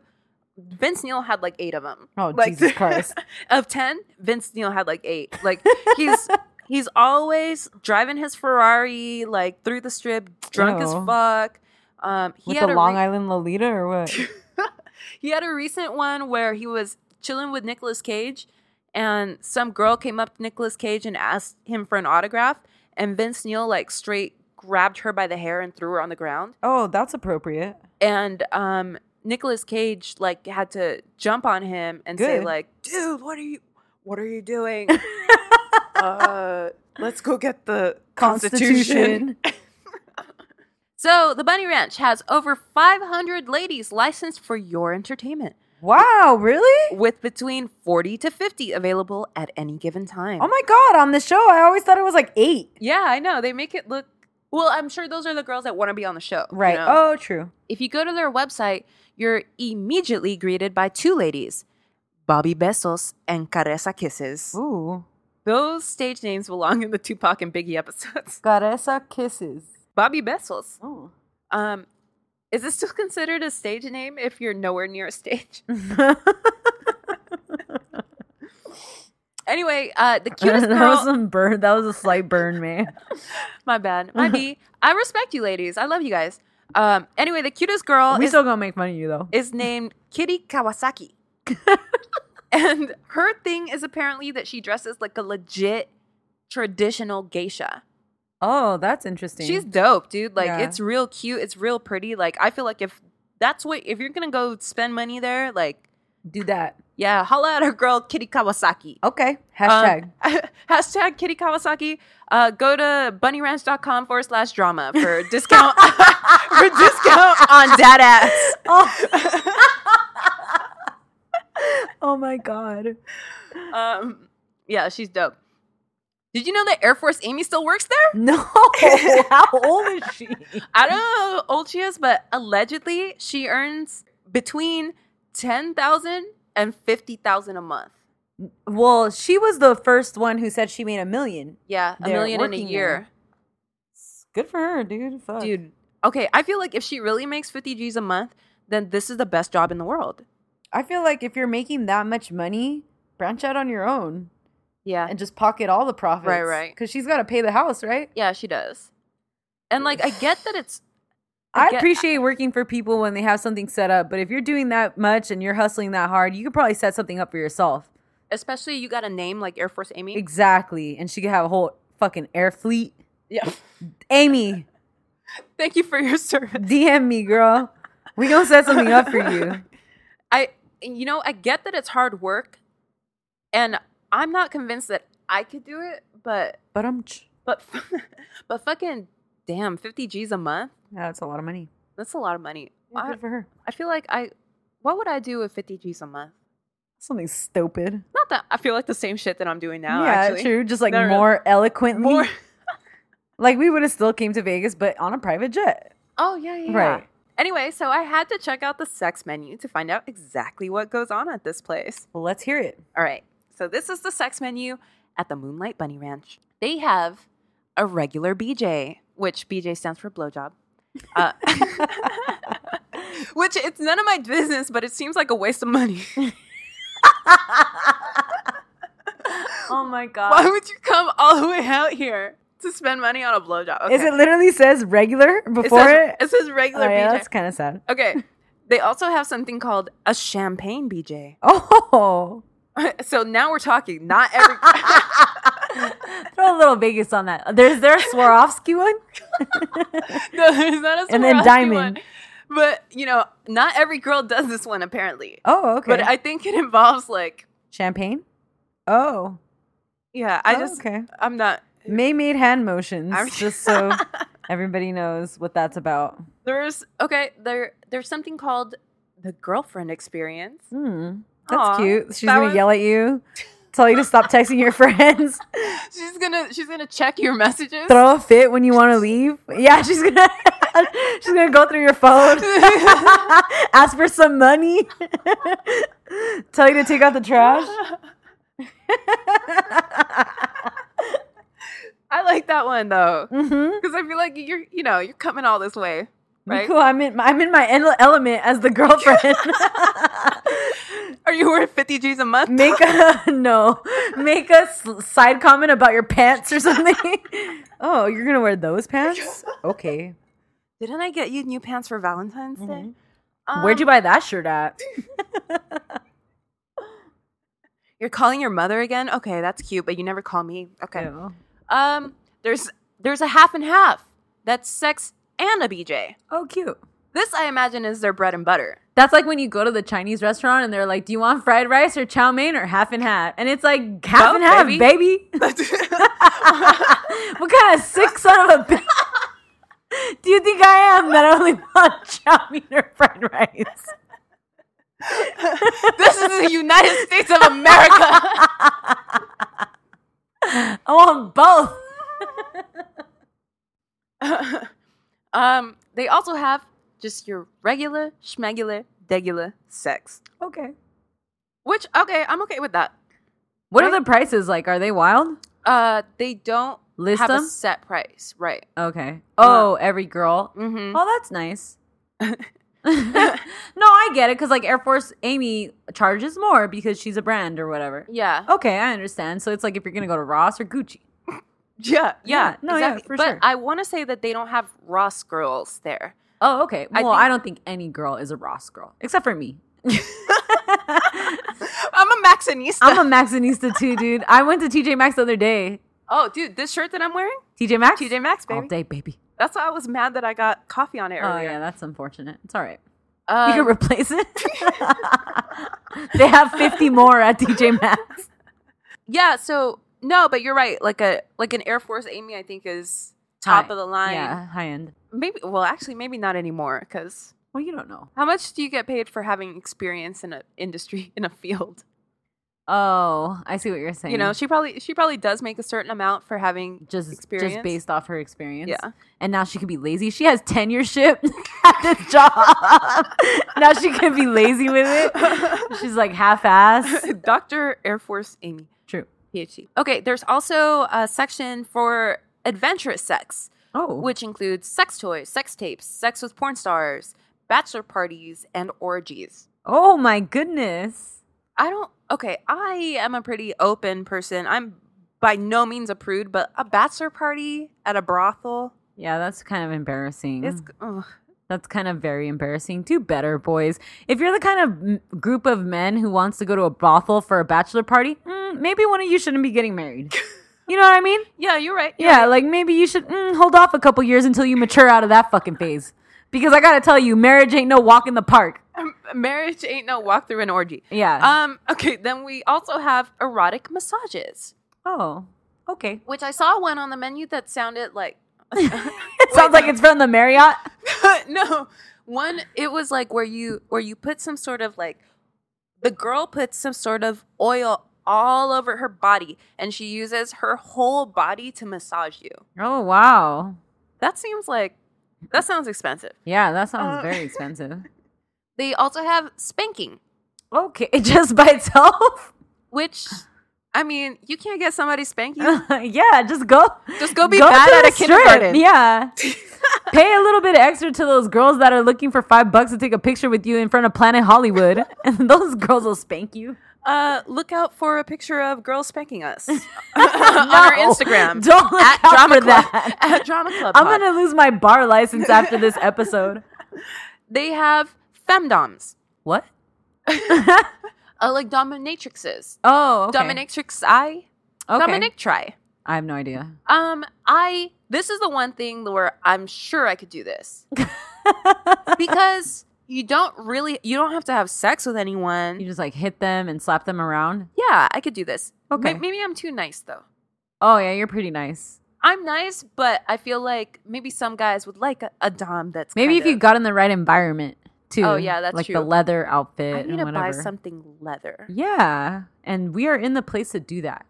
Speaker 1: Vince Neil had like eight of them.
Speaker 2: Oh
Speaker 1: Like-
Speaker 2: Jesus Christ!
Speaker 1: of 10 vince neil had like eight like he's he's always driving his ferrari like through the strip drunk as
Speaker 2: Ew.
Speaker 1: fuck um he
Speaker 2: Oh. With
Speaker 1: had
Speaker 2: the
Speaker 1: a
Speaker 2: Long
Speaker 1: re-
Speaker 2: Island Lolita or what?
Speaker 1: he had a recent one where he was chilling with Nicolas Cage and some girl came up to Nicolas Cage and asked him for an autograph and Vince Neil like straight grabbed her by the hair and threw her on the ground
Speaker 2: oh, that's appropriate.
Speaker 1: and um Nicolas Cage like had to jump on him and say
Speaker 2: Good.
Speaker 1: like, "Dude, what are you what are you doing? uh, let's go get the Constitution." So, the Bunny Ranch has over 500 ladies licensed for your entertainment
Speaker 2: Wow, really?
Speaker 1: with between 40 to 50 available at any given time.
Speaker 2: Oh my God! On the show, I always thought it was like eight.
Speaker 1: yeah, I know. They make it look well, I'm sure those are the girls that want to be on the show. you
Speaker 2: Right.
Speaker 1: know?
Speaker 2: Oh, true.
Speaker 1: If you go to their website, you're immediately greeted by two ladies, Bobby Besos and Caressa Kisses.
Speaker 2: Ooh.
Speaker 1: Those stage names belong in the Tupac and Biggie episodes.
Speaker 2: Caressa kisses.
Speaker 1: Bobby Besos.
Speaker 2: Oh.
Speaker 1: Um, is this still considered a stage name if you're nowhere near a stage? Anyway, uh, the cutest
Speaker 2: that was
Speaker 1: girl.
Speaker 2: some burn. That was a slight burn, man.
Speaker 1: My bad. My B. I respect you, ladies. I love you guys. Um, anyway, the cutest girl
Speaker 2: we
Speaker 1: is
Speaker 2: still gonna make fun of you though.
Speaker 1: is named Kitty Kawasaki. and her thing is apparently that she dresses like a legit traditional geisha.
Speaker 2: Oh, that's interesting.
Speaker 1: She's dope, dude. Like
Speaker 2: Yeah.
Speaker 1: it's real cute, it's real pretty. Like I feel like if that's what if you're going to go spend money there, like
Speaker 2: do that.
Speaker 1: yeah, holla at her girl Kitty Kawasaki.
Speaker 2: Okay. Oh, Hashtag.
Speaker 1: Um, hashtag Kitty Kawasaki. Uh, go to bunnyranch.com forward slash drama for discount for discount on dad ass.
Speaker 2: oh my god.
Speaker 1: Um, yeah, she's dope. Did you know that Air Force Amy still works there?
Speaker 2: No. How old is she?
Speaker 1: I don't know how old she is, but allegedly she earns between ten thousand and fifty thousand a month.
Speaker 2: Well, she was the first one who said she made a million.
Speaker 1: Yeah, a
Speaker 2: They're
Speaker 1: million in a
Speaker 2: working
Speaker 1: year,
Speaker 2: Good for her, dude. Fuck.
Speaker 1: dude. Okay, I feel like if she really makes fifty G's a month, then this is the best job in the world.
Speaker 2: I feel like if you're making that much money, branch out on your own
Speaker 1: Yeah,
Speaker 2: and just pocket all the profits.
Speaker 1: Right, right.
Speaker 2: Because she's got to pay the house, right?
Speaker 1: yeah, she does. And like, I get that it's I
Speaker 2: I,
Speaker 1: get-
Speaker 2: appreciate working for people when they have something set up, but if you're doing that much and you're hustling that hard, you could probably set something up for yourself.
Speaker 1: especially you got a name like Air Force Amy.
Speaker 2: Exactly. And she could have a whole fucking air fleet.
Speaker 1: yeah.
Speaker 2: Amy,
Speaker 1: Thank you for your service.
Speaker 2: DM me, girl. We gonna set something up for you.
Speaker 1: I you know, I get that it's hard work and I'm not convinced that I could do it, but
Speaker 2: But I'm.
Speaker 1: but but fucking damn, 50 G's a month.
Speaker 2: That's a lot of money.
Speaker 1: That's a lot of money.
Speaker 2: Yeah,
Speaker 1: I,
Speaker 2: good for her.
Speaker 1: I feel like I what would I do with 50 G's a month?
Speaker 2: Something stupid.
Speaker 1: Not that I feel like the same shit that I'm doing now
Speaker 2: yeah,
Speaker 1: actually.
Speaker 2: true. Just like
Speaker 1: No, no, no.
Speaker 2: more eloquently.
Speaker 1: More
Speaker 2: Like we would have still came to Vegas, but on a private jet.
Speaker 1: Oh, yeah, yeah. yeah.
Speaker 2: Right.
Speaker 1: Anyway, so I had to check out the sex menu to find out exactly what goes on at this place.
Speaker 2: Well, let's hear it.
Speaker 1: All right. So this is the sex menu at the Moonlight Bunny Ranch. They have a regular BJ, which BJ stands for blowjob. Uh, which it's none of my business, but it seems like a waste of money.
Speaker 7: Uh,
Speaker 2: Oh my
Speaker 1: Oh
Speaker 2: god.
Speaker 1: Why would you come all the way out here? to spend money on a blowjob.
Speaker 7: Is it literally says regular
Speaker 1: It
Speaker 7: before
Speaker 1: says,
Speaker 7: it?
Speaker 1: it says regular
Speaker 7: oh, yeah,
Speaker 1: BJ.
Speaker 7: that's kind of sad.
Speaker 1: Okay. They also have something called a champagne BJ.
Speaker 7: Oh,
Speaker 1: so now we're talking. Not every.
Speaker 2: Throw a little Vegas on that. There's there's
Speaker 7: Swarovski one.
Speaker 1: no, there's not a
Speaker 7: And then
Speaker 1: Swarovski
Speaker 7: diamond.
Speaker 1: one. But you know, not every girl does this one apparently.
Speaker 7: Oh, okay.
Speaker 1: But I think it involves like,
Speaker 7: Champagne. Oh,
Speaker 1: yeah, I
Speaker 7: Oh,
Speaker 1: just,
Speaker 7: okay.
Speaker 1: I'm not.
Speaker 7: May-made hand motions.
Speaker 1: I'm-
Speaker 7: just so everybody knows what that's about.
Speaker 1: There's okay. There, there's something called the girlfriend experience.
Speaker 7: Hmm.
Speaker 1: Aw,
Speaker 7: That's cute. She's
Speaker 1: that
Speaker 7: gonna
Speaker 1: was-
Speaker 7: yell at you, tell you to stop texting your friends,
Speaker 1: She's gonna, she's gonna check your messages.
Speaker 7: throw a fit when you want to leave. Yeah, she's gonna she's gonna go through your phone, ask for some money, tell you to take out the trash.
Speaker 1: I like that one though,
Speaker 7: Mm-hmm.
Speaker 1: because I feel like you're, you know, you're coming all this way, right?
Speaker 7: Cool. I'm in. I'm in my ele- element as the girlfriend.
Speaker 1: Are you worth 50 G's a month?
Speaker 7: make a no. Make a s- side comment about your pants or something. oh, you're gonna wear those pants? Okay.
Speaker 1: Didn't I get you new pants for Valentine's
Speaker 7: Mm-hmm.
Speaker 1: Day? Um,
Speaker 7: Where'd you buy that shirt at?
Speaker 1: You're calling your mother again? Okay, that's cute, but you never call me. Okay.
Speaker 7: Ew.
Speaker 1: Um, there's there's a half and half. That's sex and a BJ.
Speaker 7: Oh, cute.
Speaker 1: This I imagine is their bread and butter.
Speaker 2: That's like when you go to the Chinese restaurant and they're like, "Do you want fried rice or chow mein or half and half?" And it's like half
Speaker 1: Both,
Speaker 2: and half,
Speaker 1: baby.
Speaker 2: baby. what kind of sick son of a bitch do you think I am that I only want chow mein or fried rice?
Speaker 1: This is the United States of America.
Speaker 2: I want both.
Speaker 1: um, they also have just your regular schmegular degular sex.
Speaker 7: Okay.
Speaker 1: Which okay, I'm okay with that.
Speaker 2: What are the prices like? Are they wild?
Speaker 1: Uh, they don't
Speaker 2: List
Speaker 1: have a
Speaker 2: them?
Speaker 1: set price, right?
Speaker 2: Okay. Oh, every girl.
Speaker 1: Uh, Mm-hmm.
Speaker 2: Oh, that's nice. no, I get it because like Air Force Amy charges more because she's a brand or whatever.
Speaker 1: Yeah.
Speaker 2: Okay, I understand. So it's like if you're gonna go to Ross or Gucci.
Speaker 1: Yeah, yeah,
Speaker 2: Yeah, no, yeah, for
Speaker 1: but
Speaker 2: sure.
Speaker 1: I want to say that they don't have Ross girls there.
Speaker 2: Oh, okay.
Speaker 1: I
Speaker 2: Well, I,
Speaker 1: think-
Speaker 2: don't think any girl is a Ross girl except for me.
Speaker 1: I'm a Maxinista.
Speaker 2: I'm a Maxinista too, dude. I went to TJ Maxx the other day.
Speaker 1: oh, dude, this shirt that I'm wearing,
Speaker 2: TJ Maxx.
Speaker 1: TJ Maxx, baby.
Speaker 2: all day, baby.
Speaker 1: That's why I was mad that I got coffee on it
Speaker 2: Oh yeah,
Speaker 1: earlier.
Speaker 2: that's unfortunate. It's all right.
Speaker 1: Um,
Speaker 2: You can replace it. they have 50 more at TJ Maxx.
Speaker 1: yeah. So no, but you're right. Like a like an Air Force Amy, I think is top
Speaker 2: High-
Speaker 1: of the line.
Speaker 2: Yeah, high end.
Speaker 1: Maybe. Well, actually, maybe not anymore. Because
Speaker 2: Well, you don't know.
Speaker 1: how much do you get paid for having experience in a industry in a field?
Speaker 2: Oh, I see what you're saying.
Speaker 1: You know, she probably she probably does make a certain amount for having
Speaker 2: just
Speaker 1: experience.
Speaker 2: just based off her experience.
Speaker 1: Yeah.
Speaker 2: And now she can be lazy. She has tenureship at this job. now she can be lazy with it. She's like half ass.
Speaker 1: Doctor Air Force Amy.
Speaker 2: True.
Speaker 1: PhD. Okay, there's also a section for adventurous sex,
Speaker 2: Oh.
Speaker 1: which includes sex toys, sex tapes, sex with porn stars, bachelor parties, and orgies.
Speaker 2: oh my goodness.
Speaker 1: I don't. Okay, I am a pretty open person. I'm by no means a prude, but a bachelor party at a brothel
Speaker 2: Yeah, that's kind of embarrassing.
Speaker 1: is. ugh.
Speaker 2: That's kind of very embarrassing. Do better, boys. If you're the kind of m- group of men who wants to go to a brothel for a bachelor party, mm, maybe one of you shouldn't be getting married. You know what I mean?
Speaker 1: Yeah, you're right. you're
Speaker 2: Yeah,
Speaker 1: right.
Speaker 2: like maybe you should mm, hold off a couple years until you mature out of that fucking phase. Because I gotta tell you, marriage ain't no walk in the park.
Speaker 1: marriage ain't no walk through an orgy.
Speaker 2: Yeah.
Speaker 1: Um. Okay. Then we also have erotic massages,
Speaker 2: oh, okay.
Speaker 1: which I saw one on the menu that sounded like
Speaker 2: It sounds like it's from the Marriott.
Speaker 1: no one it was like where you where you put some sort of like the girl puts some sort of oil all over her body and she uses her whole body to massage you
Speaker 2: Oh wow.
Speaker 1: that seems like that sounds expensive
Speaker 2: Yeah, that sounds
Speaker 1: Uh,
Speaker 2: very expensive.
Speaker 1: they also have spanking
Speaker 2: Okay, just by itself.
Speaker 1: which i mean you can't get somebody spanking
Speaker 2: yeah, just go.
Speaker 1: Just go be
Speaker 2: to
Speaker 1: bad at
Speaker 2: the
Speaker 1: a kindergarten.
Speaker 2: Yeah. Pay a little bit extra to those girls that are looking for five bucks to take a picture with you in front of Planet Hollywood, and those girls will spank you.
Speaker 1: Uh, look out for a picture of girls spanking us on our
Speaker 2: No,
Speaker 1: Instagram.
Speaker 2: Don't look
Speaker 1: At
Speaker 2: out
Speaker 1: Drama
Speaker 2: for
Speaker 1: Club.
Speaker 2: that.
Speaker 1: At Drama Club.
Speaker 2: I'm
Speaker 1: Pod.
Speaker 2: gonna lose my bar license after this episode.
Speaker 1: They have femdoms,
Speaker 2: What?
Speaker 1: uh, like dominatrixes.
Speaker 2: Oh, okay.
Speaker 1: Dominatrix I.
Speaker 2: Okay.
Speaker 1: Dominic try.
Speaker 2: I have no idea.
Speaker 1: Um, I this is the one thing where I'm sure I could do this because you don't really you don't have to have sex with anyone.
Speaker 2: You just like hit them and slap them around.
Speaker 1: yeah, I could do this.
Speaker 2: Okay.
Speaker 1: May- maybe I'm too nice though.
Speaker 2: Oh yeah, you're pretty nice.
Speaker 1: I'm nice, but I feel like maybe some guys would like a, a dom that's
Speaker 2: Maybe
Speaker 1: kind
Speaker 2: if you
Speaker 1: of-
Speaker 2: got in the right environment too.
Speaker 1: Oh, yeah, that's
Speaker 2: like the
Speaker 1: true.
Speaker 2: leather outfit
Speaker 1: I need
Speaker 2: and
Speaker 1: to
Speaker 2: whatever.
Speaker 1: buy something leather.
Speaker 2: yeah, and we are in the place to do that.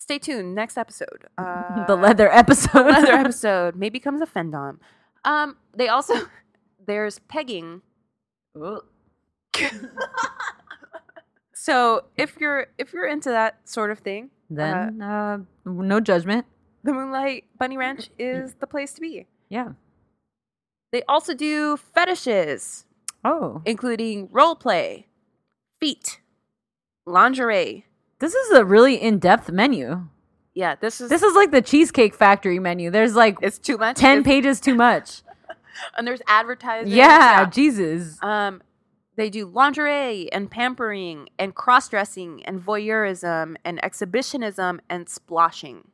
Speaker 1: Stay tuned. Next episode. Uh,
Speaker 2: the leather episode.
Speaker 1: leather episode maybe comes a fendom. Um, they also there's pegging. uh,
Speaker 2: Ooh.
Speaker 1: So if you're if you're into that sort of thing,
Speaker 2: then uh, no judgment.
Speaker 1: the Moonlight Bunny Ranch is the place to be.
Speaker 2: Yeah.
Speaker 1: They also do fetishes,
Speaker 2: Oh,
Speaker 1: including role play, feet, lingerie.
Speaker 2: this is a really in-depth menu.
Speaker 1: Yeah, this is
Speaker 2: This is like the Cheesecake Factory menu. There's like
Speaker 1: it's too much.
Speaker 2: ten
Speaker 1: It's-
Speaker 2: pages too much.
Speaker 1: and there's advertising.
Speaker 2: yeah, Jesus.
Speaker 1: Um, they do lingerie and pampering and cross dressing and voyeurism and exhibitionism and splashing.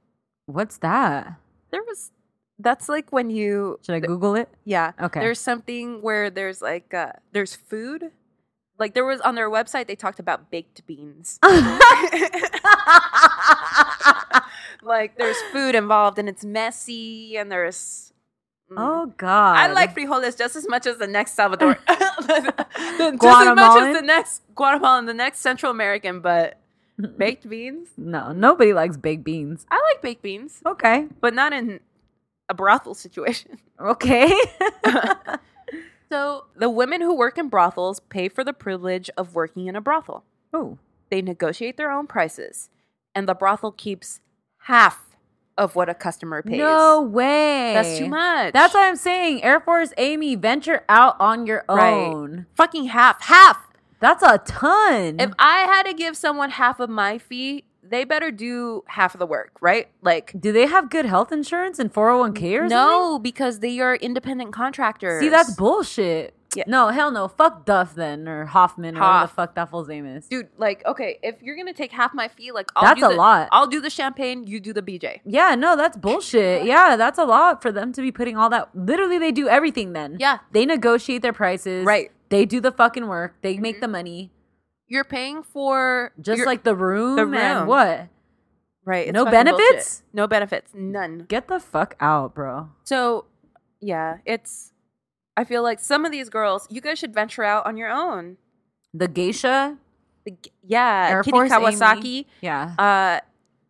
Speaker 2: What's that?
Speaker 1: There was that's like when you
Speaker 2: Should I Google it?
Speaker 1: Yeah.
Speaker 2: Okay.
Speaker 1: There's something where there's like uh there's food. Like there was on their website they talked about baked beans. like there's food involved and it's messy and there's mm.
Speaker 2: Oh God.
Speaker 1: I like frijoles just as much as the next Salvador. just as much
Speaker 2: Guatemalan?
Speaker 1: as the next Guatemalan, the next Central American, but baked beans?
Speaker 2: No, nobody likes baked beans.
Speaker 1: I like baked beans,
Speaker 2: Okay.
Speaker 1: but not in a brothel situation.
Speaker 2: Okay.
Speaker 1: So the women who work in brothels pay for the privilege of working in a brothel.
Speaker 2: oh.
Speaker 1: They negotiate their own prices, and the brothel keeps half of what a customer pays.
Speaker 2: No way.
Speaker 1: that's too much.
Speaker 2: That's what I'm saying. Air Force Amy, venture out on your
Speaker 1: Right.
Speaker 2: own.
Speaker 1: fucking half, half.
Speaker 2: That's a ton.
Speaker 1: If I had to give someone half of my fee, they better do half of the work, right? Like
Speaker 2: Do they have good health insurance and 401k or
Speaker 1: no, because they are independent contractors.
Speaker 2: something? See, that's bullshit.
Speaker 1: Yeah.
Speaker 2: No, hell no. Fuck Duff then or Hoffman or whatever the
Speaker 1: Hoff.
Speaker 2: fuck that fool's name is.
Speaker 1: dude. Like, okay, if you're gonna take half my fee, like, I'll
Speaker 2: That's
Speaker 1: do
Speaker 2: a
Speaker 1: the-
Speaker 2: lot.
Speaker 1: I'll do the champagne, you do the BJ.
Speaker 2: Yeah, no, that's bullshit. Yeah, that's a lot for them to be putting all that. Literally, they do everything then.
Speaker 1: Yeah.
Speaker 2: They negotiate their prices.
Speaker 1: Right.
Speaker 2: They do the fucking work. They make the money.
Speaker 1: You're paying for
Speaker 2: Just
Speaker 1: you're-
Speaker 2: like the room,
Speaker 1: the room.
Speaker 2: and what?
Speaker 1: Right.
Speaker 2: No
Speaker 1: fucking bullshit.
Speaker 2: benefits?
Speaker 1: No benefits. None.
Speaker 2: Get the fuck out, bro.
Speaker 1: So, yeah, it's. I feel like some of these girls, you guys should venture out on your own.
Speaker 2: The geisha,
Speaker 1: The, g- yeah,
Speaker 2: Air
Speaker 1: Uh, Kitty
Speaker 2: Force
Speaker 1: Kawasaki,
Speaker 2: Amy. Yeah.
Speaker 1: Uh,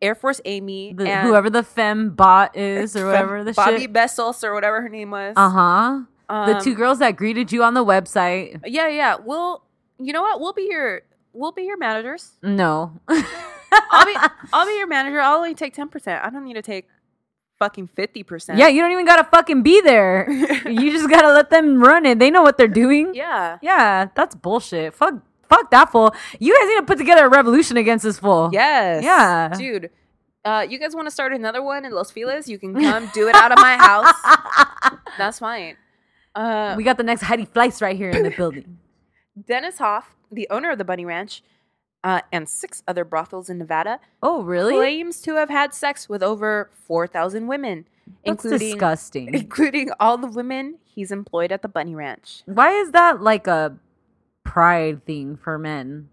Speaker 1: Air Force Amy,
Speaker 2: The,
Speaker 1: and
Speaker 2: whoever the femme bot is or whatever the
Speaker 1: Bobby
Speaker 2: shit.
Speaker 1: Bessels or whatever her name was.
Speaker 2: Uh huh. the
Speaker 1: Um,
Speaker 2: two girls that greeted you on the website.
Speaker 1: Yeah, yeah. We'll. You know what? We'll be your. We'll be your managers.
Speaker 2: No.
Speaker 1: I'll be. I'll be your manager. I'll only take ten percent. I don't need to take fucking fifty percent.
Speaker 2: yeah, you don't even gotta fucking be there. you just gotta let them run it. They know what they're doing.
Speaker 1: Yeah.
Speaker 2: Yeah, that's bullshit. Fuck, fuck that fool. You guys need to put together a revolution against this fool.
Speaker 1: Yes.
Speaker 2: Yeah.
Speaker 1: Dude, uh, you guys want to start another one in Los Feliz? You can come do it out of my house. That's fine. Uh,
Speaker 2: we got the next Heidi Fleiss right here in the building.
Speaker 1: Dennis Hoff, the owner of the Bunny Ranch, uh, and six other brothels in Nevada,
Speaker 2: Oh, really?
Speaker 1: claims to have had sex with over 4,000 women,
Speaker 2: that's
Speaker 1: including
Speaker 2: disgusting.
Speaker 1: including all the women he's employed at the Bunny Ranch.
Speaker 2: Why is that like a pride thing for men?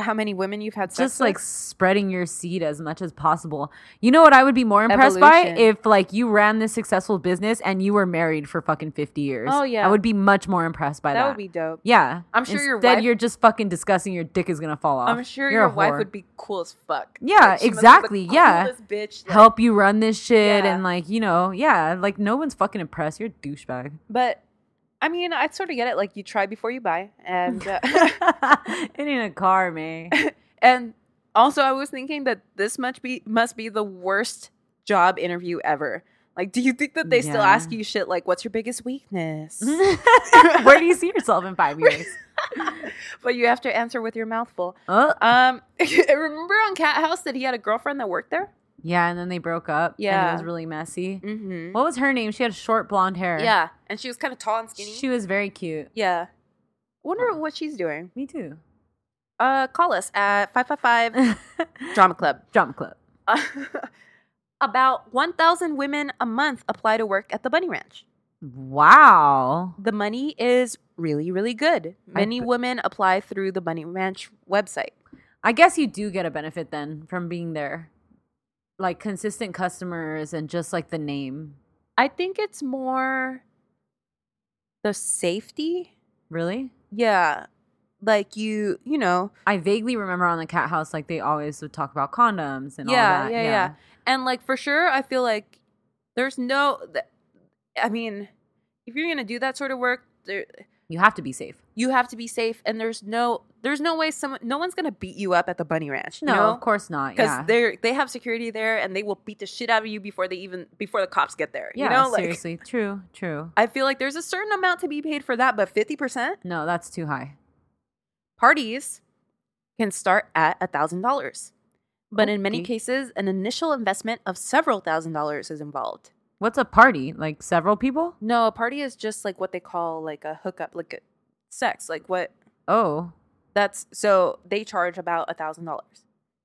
Speaker 1: How many women you've had sex
Speaker 2: Just like
Speaker 1: with?
Speaker 2: spreading your seed as much as possible. You know what I would be more impressed by
Speaker 1: Evolution.
Speaker 2: if like you ran this successful business and you were married for fucking fifty years.
Speaker 1: Oh, yeah.
Speaker 2: I would be much more impressed by
Speaker 1: that,
Speaker 2: that.
Speaker 1: would be dope.
Speaker 2: yeah.
Speaker 1: I'm sure your
Speaker 2: Instead,
Speaker 1: wife-
Speaker 2: you're just fucking disgusting. Your dick is gonna fall off.
Speaker 1: I'm sure
Speaker 2: You're
Speaker 1: your
Speaker 2: a
Speaker 1: wife
Speaker 2: whore.
Speaker 1: would be cool as fuck.
Speaker 2: Yeah,
Speaker 1: she must be the
Speaker 2: exactly, yeah.
Speaker 1: coolest bitch. like-
Speaker 2: help you run this shit
Speaker 1: Yeah.
Speaker 2: and like you know yeah like no one's fucking impressed you're a douchebag
Speaker 1: But I mean, I sort of get it. Like you try before you buy, and uh,
Speaker 2: it ain't a car man
Speaker 1: and also I was thinking that this must be must be the worst job interview ever. Like, do you think that they still
Speaker 2: Yeah.
Speaker 1: ask you shit like, what's your biggest weakness?
Speaker 2: Where do you see yourself in five years?
Speaker 1: but you have to answer with your mouth full.
Speaker 2: Oh,
Speaker 1: Um, remember on Cat House that he had a girlfriend that worked there?
Speaker 2: yeah. And then they broke up. And
Speaker 1: Yeah.
Speaker 2: it was really messy.
Speaker 1: Mm-hmm.
Speaker 2: What was her name? She had short blonde hair.
Speaker 1: Yeah. And she was kind of tall and skinny.
Speaker 2: She was very cute.
Speaker 1: yeah. Wonder what she's doing.
Speaker 2: Me too.
Speaker 1: Uh, call us at 555 Drama Club.
Speaker 2: Drum club.
Speaker 1: About 1,000 women a month apply to work at the Bunny Ranch.
Speaker 2: Wow.
Speaker 1: The money is really, really good.
Speaker 2: I
Speaker 1: Many
Speaker 2: bet.
Speaker 1: women apply through the Bunny Ranch website.
Speaker 2: I guess you do get a benefit then from being there. Like consistent customers and just like the name.
Speaker 1: I think it's more the safety.
Speaker 2: Really?
Speaker 1: Yeah. Like you, you know,
Speaker 2: I vaguely remember on the cat house, like they always would talk about condoms and all
Speaker 1: Yeah,
Speaker 2: that.
Speaker 1: yeah, yeah. and like for sure, I feel like there's no, th- I mean, if you're gonna do that sort of work, there,
Speaker 2: You have to be safe.
Speaker 1: you have to be safe, and there's no, there's no way someone, no one's gonna beat you up at the Bunny Ranch.
Speaker 2: No, of course not.
Speaker 1: because
Speaker 2: Yeah.
Speaker 1: they're they have security there, and they will beat the shit out of you before they even before the cops get there.
Speaker 2: yeah,
Speaker 1: you know, like
Speaker 2: seriously. True, true.
Speaker 1: I feel like there's a certain amount to be paid for that, but fifty percent.
Speaker 2: No, that's too high.
Speaker 1: parties can start at $1,000. But in many
Speaker 2: Okay.
Speaker 1: cases, an initial investment of several thousand dollars is involved.
Speaker 2: What's a party? Like several people?
Speaker 1: No, a party is just like what they call like a hookup, like a sex, like what
Speaker 2: Oh.
Speaker 1: that's so they charge about $1,000.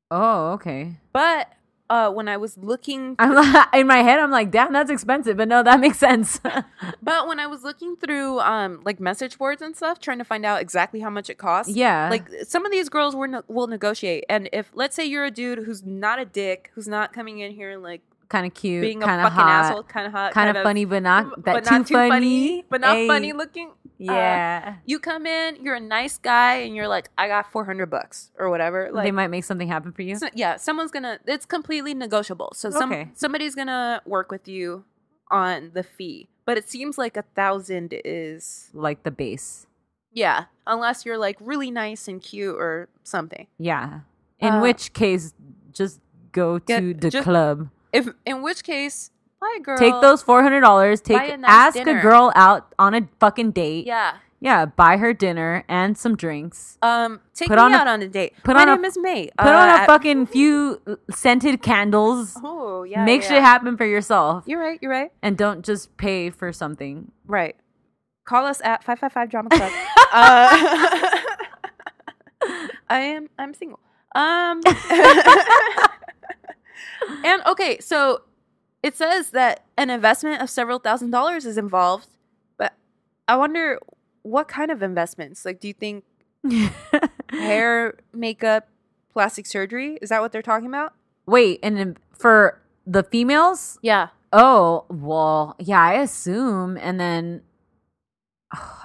Speaker 2: Oh, okay.
Speaker 1: But uh, when I was looking,
Speaker 2: I'm in my head I'm like, damn, that's expensive, but no, that makes sense.
Speaker 1: but when I was looking through um like message boards and stuff, trying to find out exactly how much it costs,
Speaker 2: yeah.
Speaker 1: like some of these girls were ne- will negotiate. And if let's say you're a dude who's not a dick, who's not coming in here and like
Speaker 2: kind of cute,
Speaker 1: being a
Speaker 2: kind
Speaker 1: fucking
Speaker 2: of hot,
Speaker 1: asshole, Uh, kind of hot,
Speaker 2: kind of funny, but not that
Speaker 1: but
Speaker 2: too,
Speaker 1: not too
Speaker 2: funny.
Speaker 1: funny, but not
Speaker 2: Ay,
Speaker 1: funny looking. uh,
Speaker 2: Yeah,
Speaker 1: You come in, you're a nice guy, and you're like, I got four hundred bucks or whatever. Like,
Speaker 2: they might make something happen for you.
Speaker 1: so- yeah, someone's gonna. It's completely negotiable. So some
Speaker 2: Okay.
Speaker 1: somebody's gonna work with you on the fee, but it seems like a thousand is
Speaker 2: like the base.
Speaker 1: yeah, unless you're like really nice and cute or something.
Speaker 2: Yeah. In
Speaker 1: Uh,
Speaker 2: which case, just go
Speaker 1: get-
Speaker 2: to the
Speaker 1: just-
Speaker 2: club.
Speaker 1: If in which case, buy a girl.
Speaker 2: Take those four hundred dollars. Take
Speaker 1: buy a nice
Speaker 2: ask a
Speaker 1: dinner.
Speaker 2: girl out on a fucking date.
Speaker 1: Yeah.
Speaker 2: Yeah, Buy her dinner and some drinks.
Speaker 1: Um, take
Speaker 2: Put
Speaker 1: me
Speaker 2: on a-
Speaker 1: out on a date.
Speaker 2: put
Speaker 1: My
Speaker 2: on a-
Speaker 1: name is May.
Speaker 2: Put
Speaker 1: Uh,
Speaker 2: on a
Speaker 1: at-
Speaker 2: fucking few scented candles.
Speaker 1: Oh yeah.
Speaker 2: make
Speaker 1: yeah.
Speaker 2: shit happen for yourself,
Speaker 1: You're right. You're right.
Speaker 2: and don't just pay for something.
Speaker 1: Right. Call us at 555 Drama Club. uh, I am I'm single. Um And okay, so it says that an investment of several thousand dollars is involved, but I wonder what kind of investments? Like do you think hair, makeup, plastic surgery? Is that what they're talking about?
Speaker 2: Wait, and then for the females,
Speaker 1: Yeah.
Speaker 2: Oh, well, yeah, I assume. And then,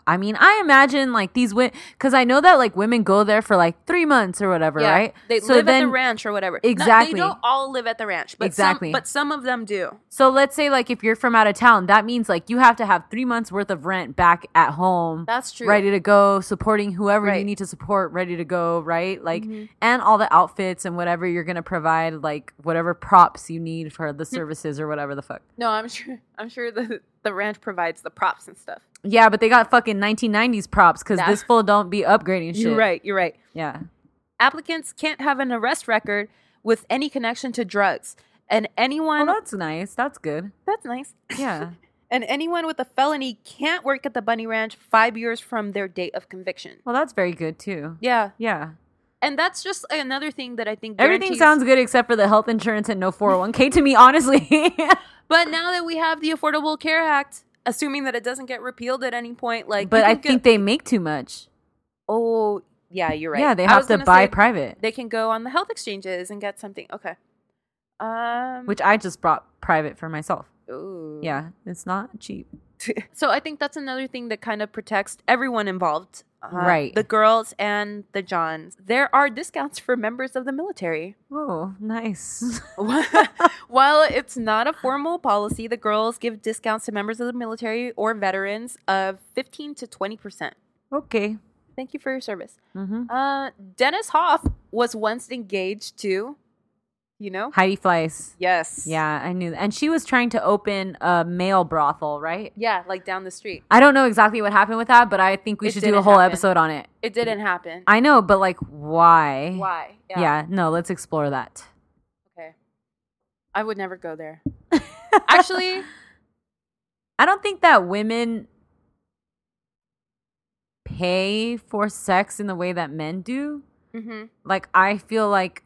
Speaker 2: I mean, I imagine like these women, because I know that like women go there for like three months or whatever, right?
Speaker 1: They
Speaker 2: so
Speaker 1: live
Speaker 2: then,
Speaker 1: at the ranch or whatever. No,
Speaker 2: Exactly.
Speaker 1: they don't all live at the ranch, but
Speaker 2: Exactly.
Speaker 1: some, but some of them do.
Speaker 2: So let's say like if you're from out of town, that means like you have to have three months worth of rent back at home.
Speaker 1: That's true.
Speaker 2: Ready to go, supporting whoever you
Speaker 1: Right. Mm-hmm.
Speaker 2: need to support, ready to go, right? Like, and all the outfits and whatever you're gonna provide, like whatever props you need for the services or whatever the fuck.
Speaker 1: No, I'm sure. I'm sure the the ranch provides the props and stuff.
Speaker 2: Yeah, but they got fucking 1990s props because
Speaker 1: Nah.
Speaker 2: this fool don't be upgrading shit.
Speaker 1: You're right. You're right.
Speaker 2: Yeah.
Speaker 1: Applicants can't have an arrest record with any connection to drugs, and
Speaker 2: Well,
Speaker 1: anyone
Speaker 2: that's nice. That's good.
Speaker 1: Oh, that's nice.
Speaker 2: Yeah.
Speaker 1: And anyone with a felony can't work at the Bunny Ranch five years from their date of conviction.
Speaker 2: Well, that's very good too.
Speaker 1: Yeah,
Speaker 2: Yeah.
Speaker 1: and that's just another thing that I think
Speaker 2: Everything
Speaker 1: guarantees-
Speaker 2: sounds good except for the health insurance and no 401k to me, honestly.
Speaker 1: But now that we have the Affordable Care Act, assuming that it doesn't get repealed at any point, like
Speaker 2: but
Speaker 1: you
Speaker 2: I
Speaker 1: can
Speaker 2: think
Speaker 1: go-
Speaker 2: they make too much.
Speaker 1: oh yeah, you're right.
Speaker 2: Yeah, they
Speaker 1: I
Speaker 2: have
Speaker 1: was
Speaker 2: to
Speaker 1: gonna
Speaker 2: buy
Speaker 1: say
Speaker 2: private,
Speaker 1: They can go on the health exchanges and get something. Okay. Um,
Speaker 2: which I just bought private for myself.
Speaker 1: Ooh.
Speaker 2: Yeah, it's not cheap.
Speaker 1: So I think that's another thing that kind of protects everyone involved. uh,
Speaker 2: Right.
Speaker 1: The girls and the Johns. There are discounts for members of the military.
Speaker 2: Oh, nice.
Speaker 1: While it's not a formal policy, the girls give discounts to members of the military or veterans of 15 to 20%.
Speaker 2: okay.
Speaker 1: Thank you for your service.
Speaker 2: Mm-hmm.
Speaker 1: Uh, Dennis Hoff was once engaged to you know?
Speaker 2: Heidi Fleiss.
Speaker 1: Yes.
Speaker 2: Yeah, I knew. And she was trying to open a male brothel, right?
Speaker 1: Yeah, like down the street.
Speaker 2: I don't know exactly what happened with that, but I think we
Speaker 1: It
Speaker 2: should do a
Speaker 1: didn't
Speaker 2: whole
Speaker 1: happen.
Speaker 2: episode on it.
Speaker 1: It didn't happen.
Speaker 2: I know, but like, why?
Speaker 1: Why?
Speaker 2: Yeah. no, let's explore that.
Speaker 1: Okay. I would never go there. Actually,
Speaker 2: I don't think that women pay for sex in the way that men do.
Speaker 1: hmm
Speaker 2: Like, I feel like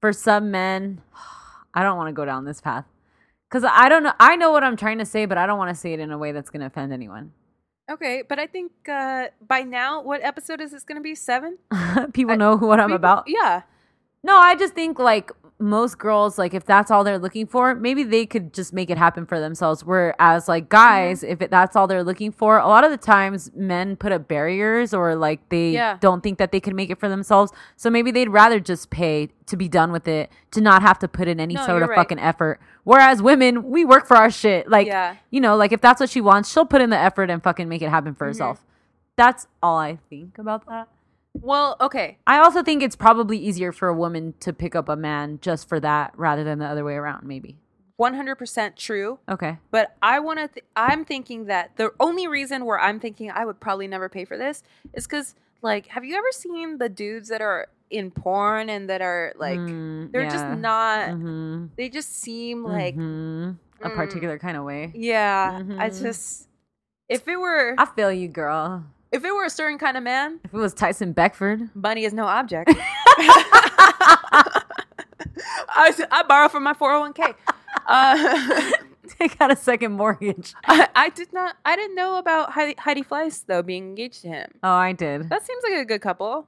Speaker 2: for some men, I don't want to go down this path because I don't know. I know what I'm trying to say, but I don't want to say it in a way that's going to offend anyone.
Speaker 1: okay, but I think uh, by now, what episode is this going to be? Seven?
Speaker 2: People
Speaker 1: I-
Speaker 2: know what I'm
Speaker 1: People-
Speaker 2: about.
Speaker 1: Yeah.
Speaker 2: No, I just think like most girls, like if that's all they're looking for, maybe they could just make it happen for themselves. Whereas like guys,
Speaker 1: Mm-hmm.
Speaker 2: if it, that's all they're looking for, a lot of the times men put up barriers or like they
Speaker 1: Yeah.
Speaker 2: don't think that they can make it for themselves. So maybe they'd rather just pay to be done with it, to not have to put in any
Speaker 1: No,
Speaker 2: sort
Speaker 1: you're
Speaker 2: of
Speaker 1: right.
Speaker 2: fucking effort. Whereas women, we work for our shit. Like
Speaker 1: Yeah.
Speaker 2: you know, like if that's what she wants, she'll put in the effort and fucking make it happen
Speaker 1: Mm-hmm.
Speaker 2: for herself. That's all I think about that.
Speaker 1: Well, okay.
Speaker 2: I also think it's probably easier for a woman to pick up a man just for that rather than the other way around, maybe.
Speaker 1: 100% true.
Speaker 2: Okay.
Speaker 1: But I want to. Th- I'm thinking that the only reason where I'm thinking I would probably never pay for this is because, like, have you ever seen the dudes that are in porn and that are like
Speaker 2: Mm,
Speaker 1: they're
Speaker 2: yeah.
Speaker 1: just not.
Speaker 2: Mhm.
Speaker 1: They just seem like
Speaker 2: Mhm. a
Speaker 1: mm.
Speaker 2: particular kind of way.
Speaker 1: yeah. I
Speaker 2: Mhm.
Speaker 1: just if it were
Speaker 2: I feel you, girl.
Speaker 1: if it were a certain kind of man,
Speaker 2: If it was Tyson Beckford,
Speaker 1: money is no object. I s- I borrow from my 401k. Uh,
Speaker 2: take out a second mortgage.
Speaker 1: I, I did not. I didn't know about Heidi, Heidi Fleiss though being engaged to him.
Speaker 2: Oh, I did.
Speaker 1: That seems like a good couple,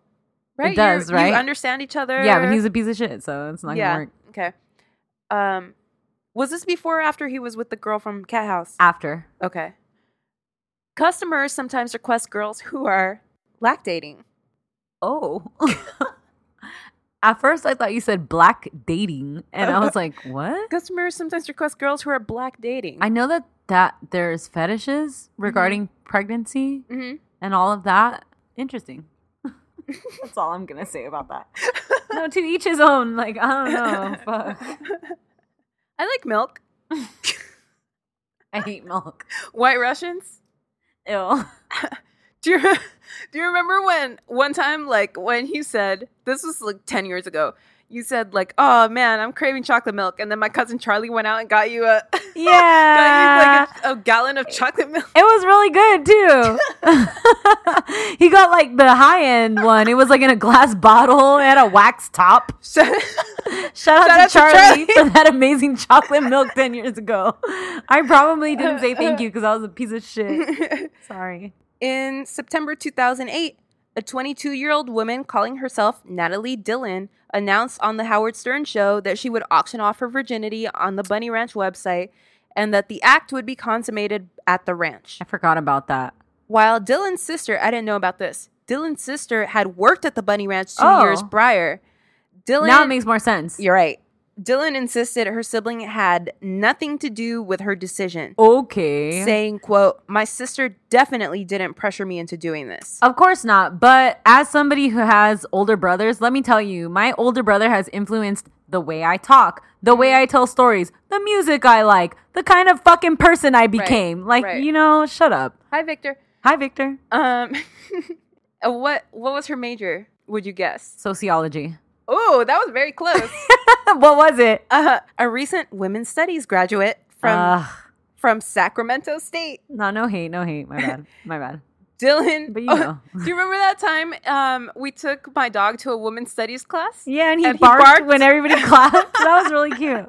Speaker 1: right? You-
Speaker 2: does, right?
Speaker 1: You understand each other.
Speaker 2: Yeah, but he's a piece of shit, so it's not
Speaker 1: yeah.
Speaker 2: gonna work.
Speaker 1: Okay. Um, was this before or after he was with the girl from Cat House?
Speaker 2: After.
Speaker 1: Okay. Customers sometimes request girls who are lactating.
Speaker 2: Oh. At first, I thought you said black dating, and I was like, what?
Speaker 1: Customers sometimes request girls who are black dating.
Speaker 2: I know that that there's fetishes regarding pregnancy
Speaker 1: Mhm.
Speaker 2: and all of that. Interesting. That's all I'm gonna say about that. no, to each his own. Like I don't know. Fuck.
Speaker 1: I like milk.
Speaker 2: I hate milk.
Speaker 1: White Russians.
Speaker 2: Ew.
Speaker 1: Do you, do you remember when one time, like when you said this was like ten years ago? You said like, "Oh man, I'm craving chocolate milk," and then my cousin Charlie went out and got you a
Speaker 2: Yeah.
Speaker 1: got you like a, a gallon of chocolate milk.
Speaker 2: It was really good too. he got like the high end one. It was like in a glass bottle. It had a wax top.
Speaker 1: Shut-
Speaker 2: Shout, out, to,
Speaker 1: out to Charlie.
Speaker 2: Charlie for that amazing chocolate milk 10 years ago. I probably didn't say thank you because I was a piece of shit. Sorry.
Speaker 1: In September 2008, a 22 year old woman calling herself Natalie Dillon announced on The Howard Stern Show that she would auction off her virginity on the Bunny Ranch website and that the act would be consummated at the ranch.
Speaker 2: I forgot about that.
Speaker 1: While Dylan's sister, I didn't know about this, Dylan's sister had worked at the Bunny Ranch two
Speaker 2: Oh.
Speaker 1: years prior. Dylan,
Speaker 2: now it makes more sense.
Speaker 1: you're right. Dylan insisted her sibling had nothing to do with her decision.
Speaker 2: Okay.
Speaker 1: saying quote my sister definitely didn't pressure me into doing this
Speaker 2: Of course not. But as somebody who has older brothers, let me tell you, my older brother has influenced the way I talk, the way
Speaker 1: Mm-hmm.
Speaker 2: I tell stories, the music I like, the kind of fucking person I became. Like,
Speaker 1: right.
Speaker 2: you know, shut up.
Speaker 1: hi victor
Speaker 2: Hi, Victor.
Speaker 1: um uh, what what was her major would you guess
Speaker 2: Sociology.
Speaker 1: oh that was very close
Speaker 2: what was it?
Speaker 1: uh, a recent women's studies graduate from
Speaker 2: Ugh.
Speaker 1: from sacramento state
Speaker 2: no, no hate, no hate. My bad. My bad.
Speaker 1: dylan
Speaker 2: But you
Speaker 1: oh,
Speaker 2: know.
Speaker 1: do you remember that time um we took my dog to a women's studies class
Speaker 2: Yeah, and he,
Speaker 1: And he
Speaker 2: barked,
Speaker 1: barked.
Speaker 2: when everybody clapped. that was really cute.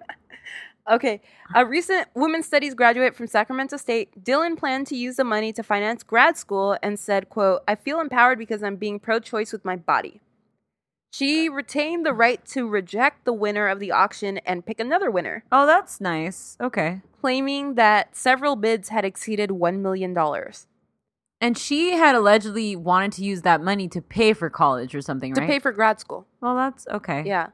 Speaker 1: Okay. A recent women's studies graduate from Sacramento State, Dylan planned to use the money to finance grad school and said, quote, I feel empowered because I'm being pro-choice with my body. She retained the right to reject the winner of the auction and pick another winner,
Speaker 2: Oh, that's nice. Okay.
Speaker 1: claiming that several bids had exceeded $1 million. To
Speaker 2: And she had allegedly wanted to use that money to pay for college or something, right?
Speaker 1: pay for grad school.
Speaker 2: well, that's okay.
Speaker 1: Yeah.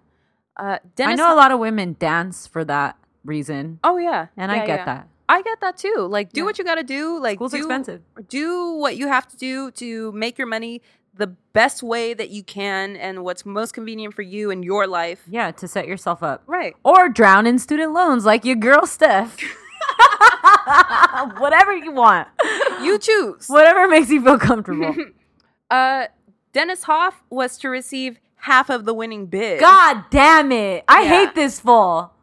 Speaker 1: Uh,
Speaker 2: I
Speaker 1: Dennis,
Speaker 2: know a lot of women dance for that reason,
Speaker 1: Oh, yeah.
Speaker 2: and
Speaker 1: Yeah,
Speaker 2: I get
Speaker 1: yeah.
Speaker 2: that.
Speaker 1: I get that too. Like, do
Speaker 2: Yeah.
Speaker 1: what you got to do. Like,
Speaker 2: School's
Speaker 1: do,
Speaker 2: expensive.
Speaker 1: Do what you have to do to make your money.
Speaker 8: the best way that you can and what's most convenient for you and your life.
Speaker 2: Yeah, to set yourself up.
Speaker 8: Right.
Speaker 2: Or drown in student loans like your girl Steph. Whatever you want.
Speaker 8: You choose.
Speaker 2: Whatever makes you feel comfortable.
Speaker 8: Uh, Dennis Hoff was to receive half of the winning bid.
Speaker 2: God damn it. I
Speaker 8: Yeah.
Speaker 2: hate this fool.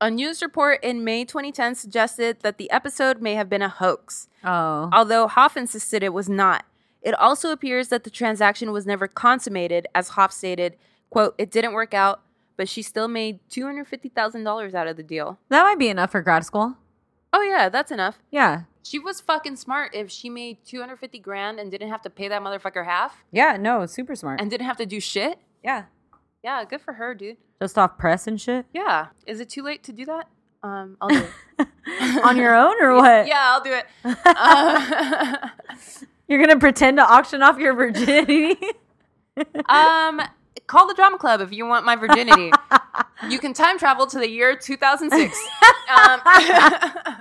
Speaker 8: A news report in May 2010 suggested that the episode may have been a hoax,
Speaker 2: Oh.
Speaker 1: Uh-huh.
Speaker 8: although Hoff insisted it was not. It also appears that the transaction was never consummated, as Hoff stated, quote, it didn't work out, but she still made $250,000 out of the deal.
Speaker 2: That might be enough for grad school.
Speaker 8: Oh yeah, that's enough.
Speaker 2: Yeah.
Speaker 1: She was fucking smart if she made 250 grand and didn't have to pay that motherfucker half
Speaker 2: Yeah, no, super smart.
Speaker 1: and didn't have to do shit.
Speaker 2: yeah.
Speaker 1: Yeah, good for her, dude.
Speaker 2: Just off press and shit.
Speaker 1: Yeah. Is it too late to do that? Um, I'll do it.
Speaker 2: On your own or what?
Speaker 1: yeah, I'll do it. Uh,
Speaker 2: You're gonna pretend to auction off your virginity.
Speaker 1: um, call the drama club if you want my virginity. you can time travel to the year 2006. um,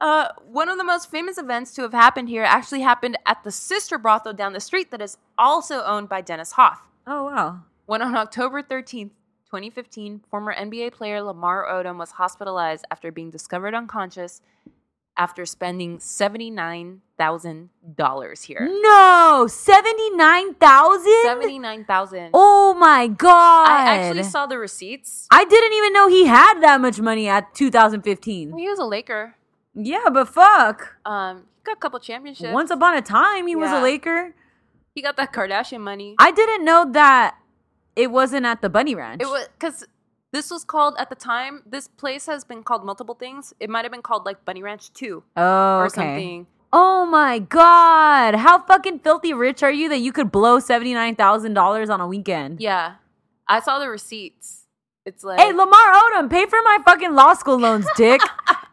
Speaker 1: uh, one of the most famous events to have happened here actually happened at the sister brothel down the street that is also owned by Dennis Hoff.
Speaker 2: oh wow.
Speaker 1: When on October 13th, 2015, former NBA player Lamar Odom was hospitalized after being discovered unconscious after spending $79,000 here.
Speaker 2: No, seventy nine thousand.
Speaker 1: 79000
Speaker 2: Oh my god.
Speaker 1: I actually saw the receipts.
Speaker 2: I didn't even know he had that much money at 2015.
Speaker 1: He was a Laker.
Speaker 2: Yeah, but fuck.
Speaker 1: Um, he got a couple championships.
Speaker 2: Once upon a time, he was
Speaker 1: Yeah.
Speaker 2: a Laker.
Speaker 1: he got that Kardashian money.
Speaker 2: I didn't know that it wasn't at the Bunny Ranch.
Speaker 1: it was because this was called at the time. This place has been called multiple things. It might have been called like Bunny Ranch Two
Speaker 2: oh,
Speaker 1: or
Speaker 2: okay.
Speaker 1: something.
Speaker 2: Oh my god! How fucking filthy rich are you that you could blow seventy nine thousand dollars on a weekend?
Speaker 1: Yeah, I saw the receipts. It's like
Speaker 2: Hey, Lamar Odom, pay for my fucking law school loans, dick.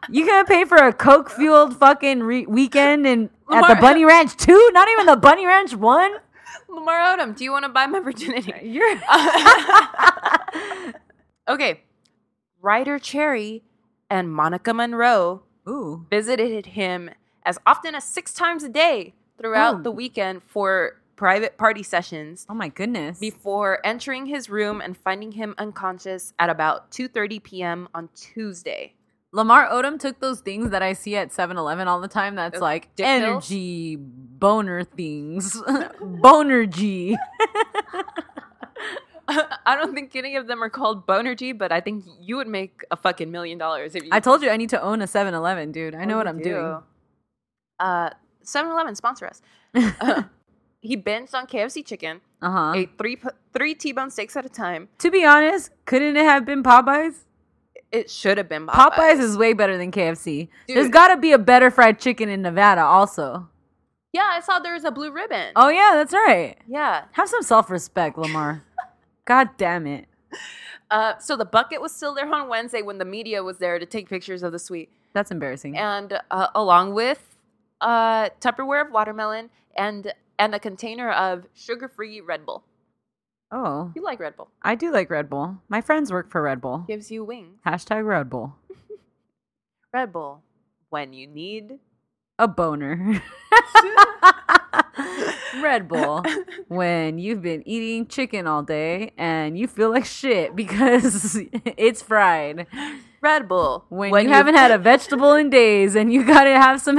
Speaker 2: you gonna pay for a coke fueled fucking re- weekend and at the
Speaker 1: Lamar-
Speaker 2: Bunny Ranch two? Not even the Bunny Ranch one.
Speaker 1: Lamar Odom, do you want to buy my virginity?
Speaker 2: You're
Speaker 1: okay. Ryder Cherry and Monica Monroe
Speaker 2: ooh.
Speaker 1: visited him as often as six times a day throughout
Speaker 2: Oh.
Speaker 1: the weekend for private party sessions
Speaker 2: Oh my goodness.
Speaker 1: before entering his room and finding him unconscious at about 2.30 p.m. on Tuesday.
Speaker 2: Lamar Odom took those things that I see at 7-Eleven all the time. That's
Speaker 1: Those
Speaker 2: like
Speaker 1: dick pills?
Speaker 2: energy boner things, bonergy.
Speaker 1: I don't think any of them are called Bonergy, but I think you would make a fucking million dollars if you
Speaker 2: I told you I need to own a 7-Eleven, dude.
Speaker 1: Oh,
Speaker 2: I know what I'm doing.
Speaker 1: Uh, 7-Eleven sponsor us. he binged on KFC chicken,
Speaker 2: Uh huh.
Speaker 1: ate three p- three T-bone steaks at a time.
Speaker 2: To be honest, couldn't it have been Popeyes?
Speaker 1: It should have been
Speaker 2: Popeyes,
Speaker 1: Popeyes.
Speaker 2: is way better than KFC. There's
Speaker 1: Uh, Dude.
Speaker 2: got to be a better fried chicken in Nevada, also.
Speaker 1: yeah, I saw there was a blue ribbon.
Speaker 2: Oh yeah, that's right.
Speaker 1: Yeah.
Speaker 2: Have some self-respect, Lamar. God damn it.
Speaker 1: Uh, so the bucket was still there on Wednesday when the media was there to take pictures of the suite,
Speaker 2: That's embarrassing.
Speaker 1: and uh, along with uh, Tupperware of watermelon and and a container of sugar-free Red Bull.
Speaker 2: Oh,
Speaker 1: You like Red Bull?
Speaker 2: I do like Red Bull. My friends work for Red Bull.
Speaker 1: Gives you wings.
Speaker 2: Hashtag Red Bull.
Speaker 1: Red Bull when you need.
Speaker 2: A boner. Red Bull. When you've been eating chicken all day and you feel like shit because it's fried.
Speaker 1: Red Bull
Speaker 2: When, you, haven't had a vegetable in days and you gotta have some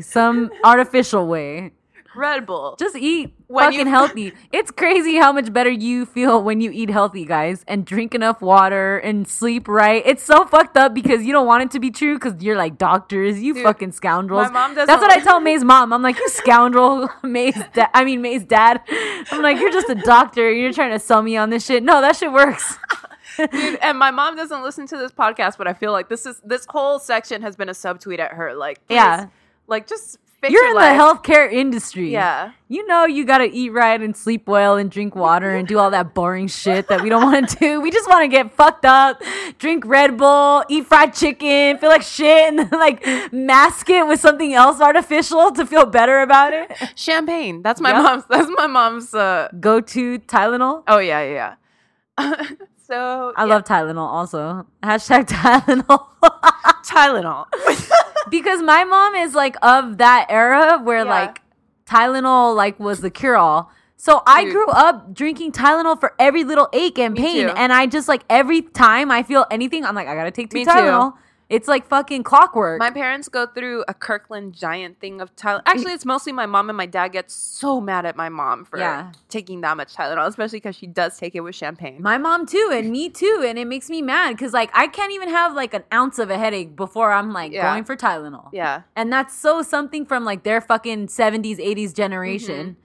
Speaker 2: some artificial way.
Speaker 1: Red Bull.
Speaker 2: Just eat
Speaker 1: When you-
Speaker 2: fucking healthy. It's crazy how much better you feel when you eat healthy, guys, and drink enough water and sleep right. It's so fucked up because you don't want it to be true because you're like doctors, you
Speaker 1: Dude,
Speaker 2: fucking scoundrels.
Speaker 1: my mom doesn't-
Speaker 2: That's what I tell May's mom. I'm like, you scoundrel, May's dad. I mean, May's dad. I'm like, you're just a doctor. You're trying to sell me on this shit. No, that shit works.
Speaker 1: Dude, and my mom doesn't listen to this podcast, but I feel like this is this whole section has been a subtweet at her. Like, please,
Speaker 2: Yeah.
Speaker 1: like just fix
Speaker 2: You're
Speaker 1: your
Speaker 2: in
Speaker 1: life.
Speaker 2: the healthcare industry.
Speaker 1: Yeah,
Speaker 2: You know, you got to eat right and sleep well and drink water and do all that boring shit that we don't want to do. We just want to get fucked up, drink Red Bull, eat fried chicken, feel like shit, and then, like mask it with something else artificial to feel better about it.
Speaker 1: champagne. That's my mom's. That's my mom's. Uh,
Speaker 2: Go to Tylenol.
Speaker 1: oh yeah, yeah. yeah. so
Speaker 2: I
Speaker 1: yeah,
Speaker 2: love Tylenol also. Hashtag Tylenol.
Speaker 1: Tylenol.
Speaker 2: because my mom is like of that era where
Speaker 1: Yeah.
Speaker 2: like Tylenol like was the cure all. So I
Speaker 1: Dude.
Speaker 2: grew up drinking Tylenol for every little ache and pain,
Speaker 1: too.
Speaker 2: and I just like every time I feel anything, I'm like I gotta take two
Speaker 1: Me too.
Speaker 2: Tylenol. It's like fucking clockwork.
Speaker 1: My parents go through a Kirkland giant thing of Tylenol. Actually, it's mostly my mom and my dad get so mad at my mom for
Speaker 2: Yeah.
Speaker 1: taking that much Tylenol, especially because she does take it with champagne.
Speaker 2: My mom too, and me too, and it makes me mad because like I can't even have like an ounce of a headache before I'm like
Speaker 1: Yeah.
Speaker 2: going for Tylenol.
Speaker 1: yeah.
Speaker 2: and that's so something from like their fucking seventies, eighties
Speaker 1: Mm-hmm.
Speaker 2: generation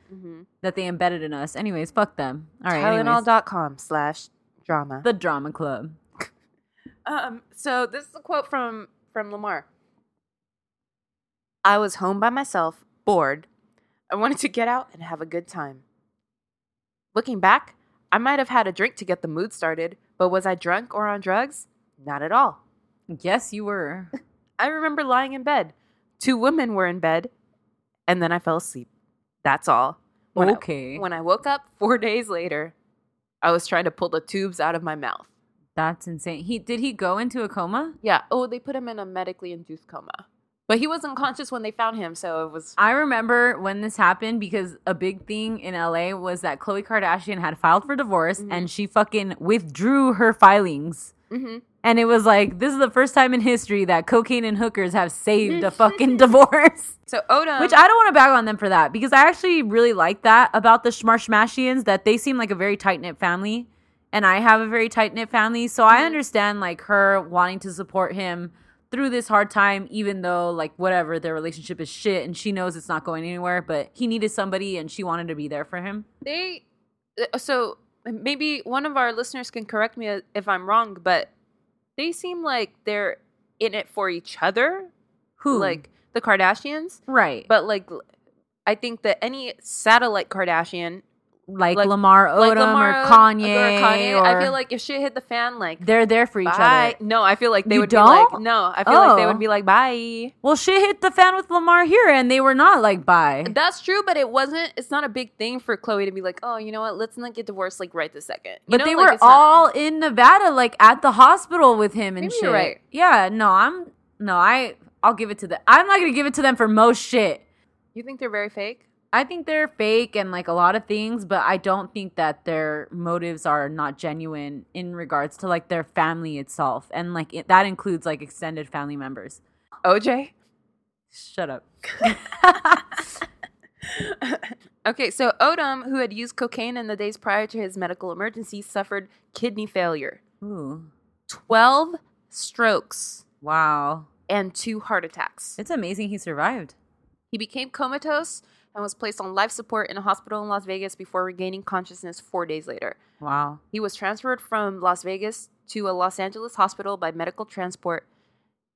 Speaker 2: that they embedded in us. Anyways, fuck them. All right, anyways.
Speaker 1: Tylenol.com slash drama.
Speaker 2: the drama club.
Speaker 1: Um, so this is a quote from from Lamar. I was home by myself, bored. I wanted to get out and have a good time. Looking back, I might have had a drink to get the mood started, but was I drunk or on drugs? Not at all.
Speaker 2: Yes, you were.
Speaker 1: I remember lying in bed. Two women were in bed, and then I fell asleep. That's all. When I-
Speaker 2: Okay.
Speaker 1: when I woke up 4 days later, I was trying to pull the tubes out of my mouth.
Speaker 2: That's insane. He did he go into a coma?
Speaker 1: Yeah. Oh, they put him in a medically induced coma. But he was unconscious when they found him, so it was
Speaker 2: I remember when this happened because a big thing in LA was that Khloe Kardashian had filed for divorce and she fucking withdrew her filings. And it was like, this is the first time in history that cocaine and hookers have saved a fucking divorce.
Speaker 1: so Odom.
Speaker 2: Which I don't want to bag on them for that because I actually really like that about the Schmarshmashians that they seem like a very tight knit family. And I have a very tight knit family. So
Speaker 1: Mm-hmm.
Speaker 2: I understand like her wanting to support him through this hard time, even though like whatever their relationship is shit and she knows it's not going anywhere, but he needed somebody and she wanted to be there for him.
Speaker 1: they uh, so maybe one of our listeners can correct me uh, if I'm wrong, but they seem like they're in it for each other,
Speaker 2: Who?
Speaker 1: like the Kardashians.
Speaker 2: right. But
Speaker 1: But like, l- I think that any satellite Kardashian,
Speaker 2: like,
Speaker 1: like-
Speaker 2: Lamar Odom
Speaker 1: like Lamar
Speaker 2: or
Speaker 1: Odom
Speaker 2: Kanye. Or
Speaker 1: Kanye, I feel like if shit hit the fan, like
Speaker 2: they're there for each
Speaker 1: bye.
Speaker 2: other.
Speaker 1: No, I feel like they
Speaker 2: You
Speaker 1: would be
Speaker 2: don't?
Speaker 1: like no. I feel like they
Speaker 2: Oh.
Speaker 1: would be like bye.
Speaker 2: Well, shit hit the fan with Lamar here and they were not like bye.
Speaker 1: That's true, but it wasn't. It's not a big thing for Chloe to be like, "Oh, you know what? Let's not get divorced like right this second. You
Speaker 2: But
Speaker 1: know,
Speaker 2: they
Speaker 1: like,
Speaker 2: were
Speaker 1: it's not-
Speaker 2: all in Nevada, like at the hospital with him and
Speaker 1: Maybe
Speaker 2: shit.
Speaker 1: you're right.
Speaker 2: Yeah, no, I'm no, I I'll give it to them. I'm not gonna give it to them for most shit.
Speaker 1: You think they're very fake?
Speaker 2: I think they're fake and like a lot of things, but I don't think that their motives are not genuine in regards to like their family itself, and like it, that includes like extended family members.
Speaker 1: OJ.
Speaker 2: Shut up.
Speaker 1: Okay, so Odom, who had used cocaine in the days prior to his medical emergency, suffered kidney failure,
Speaker 2: Ooh,
Speaker 1: twelve strokes,
Speaker 2: wow,
Speaker 1: and two heart attacks.
Speaker 2: it's amazing he survived.
Speaker 1: He became comatose and was placed on life support in a hospital in Las Vegas before regaining consciousness four days later.
Speaker 2: Wow,
Speaker 1: He was transferred from Las Vegas to a Los Angeles hospital by medical transport.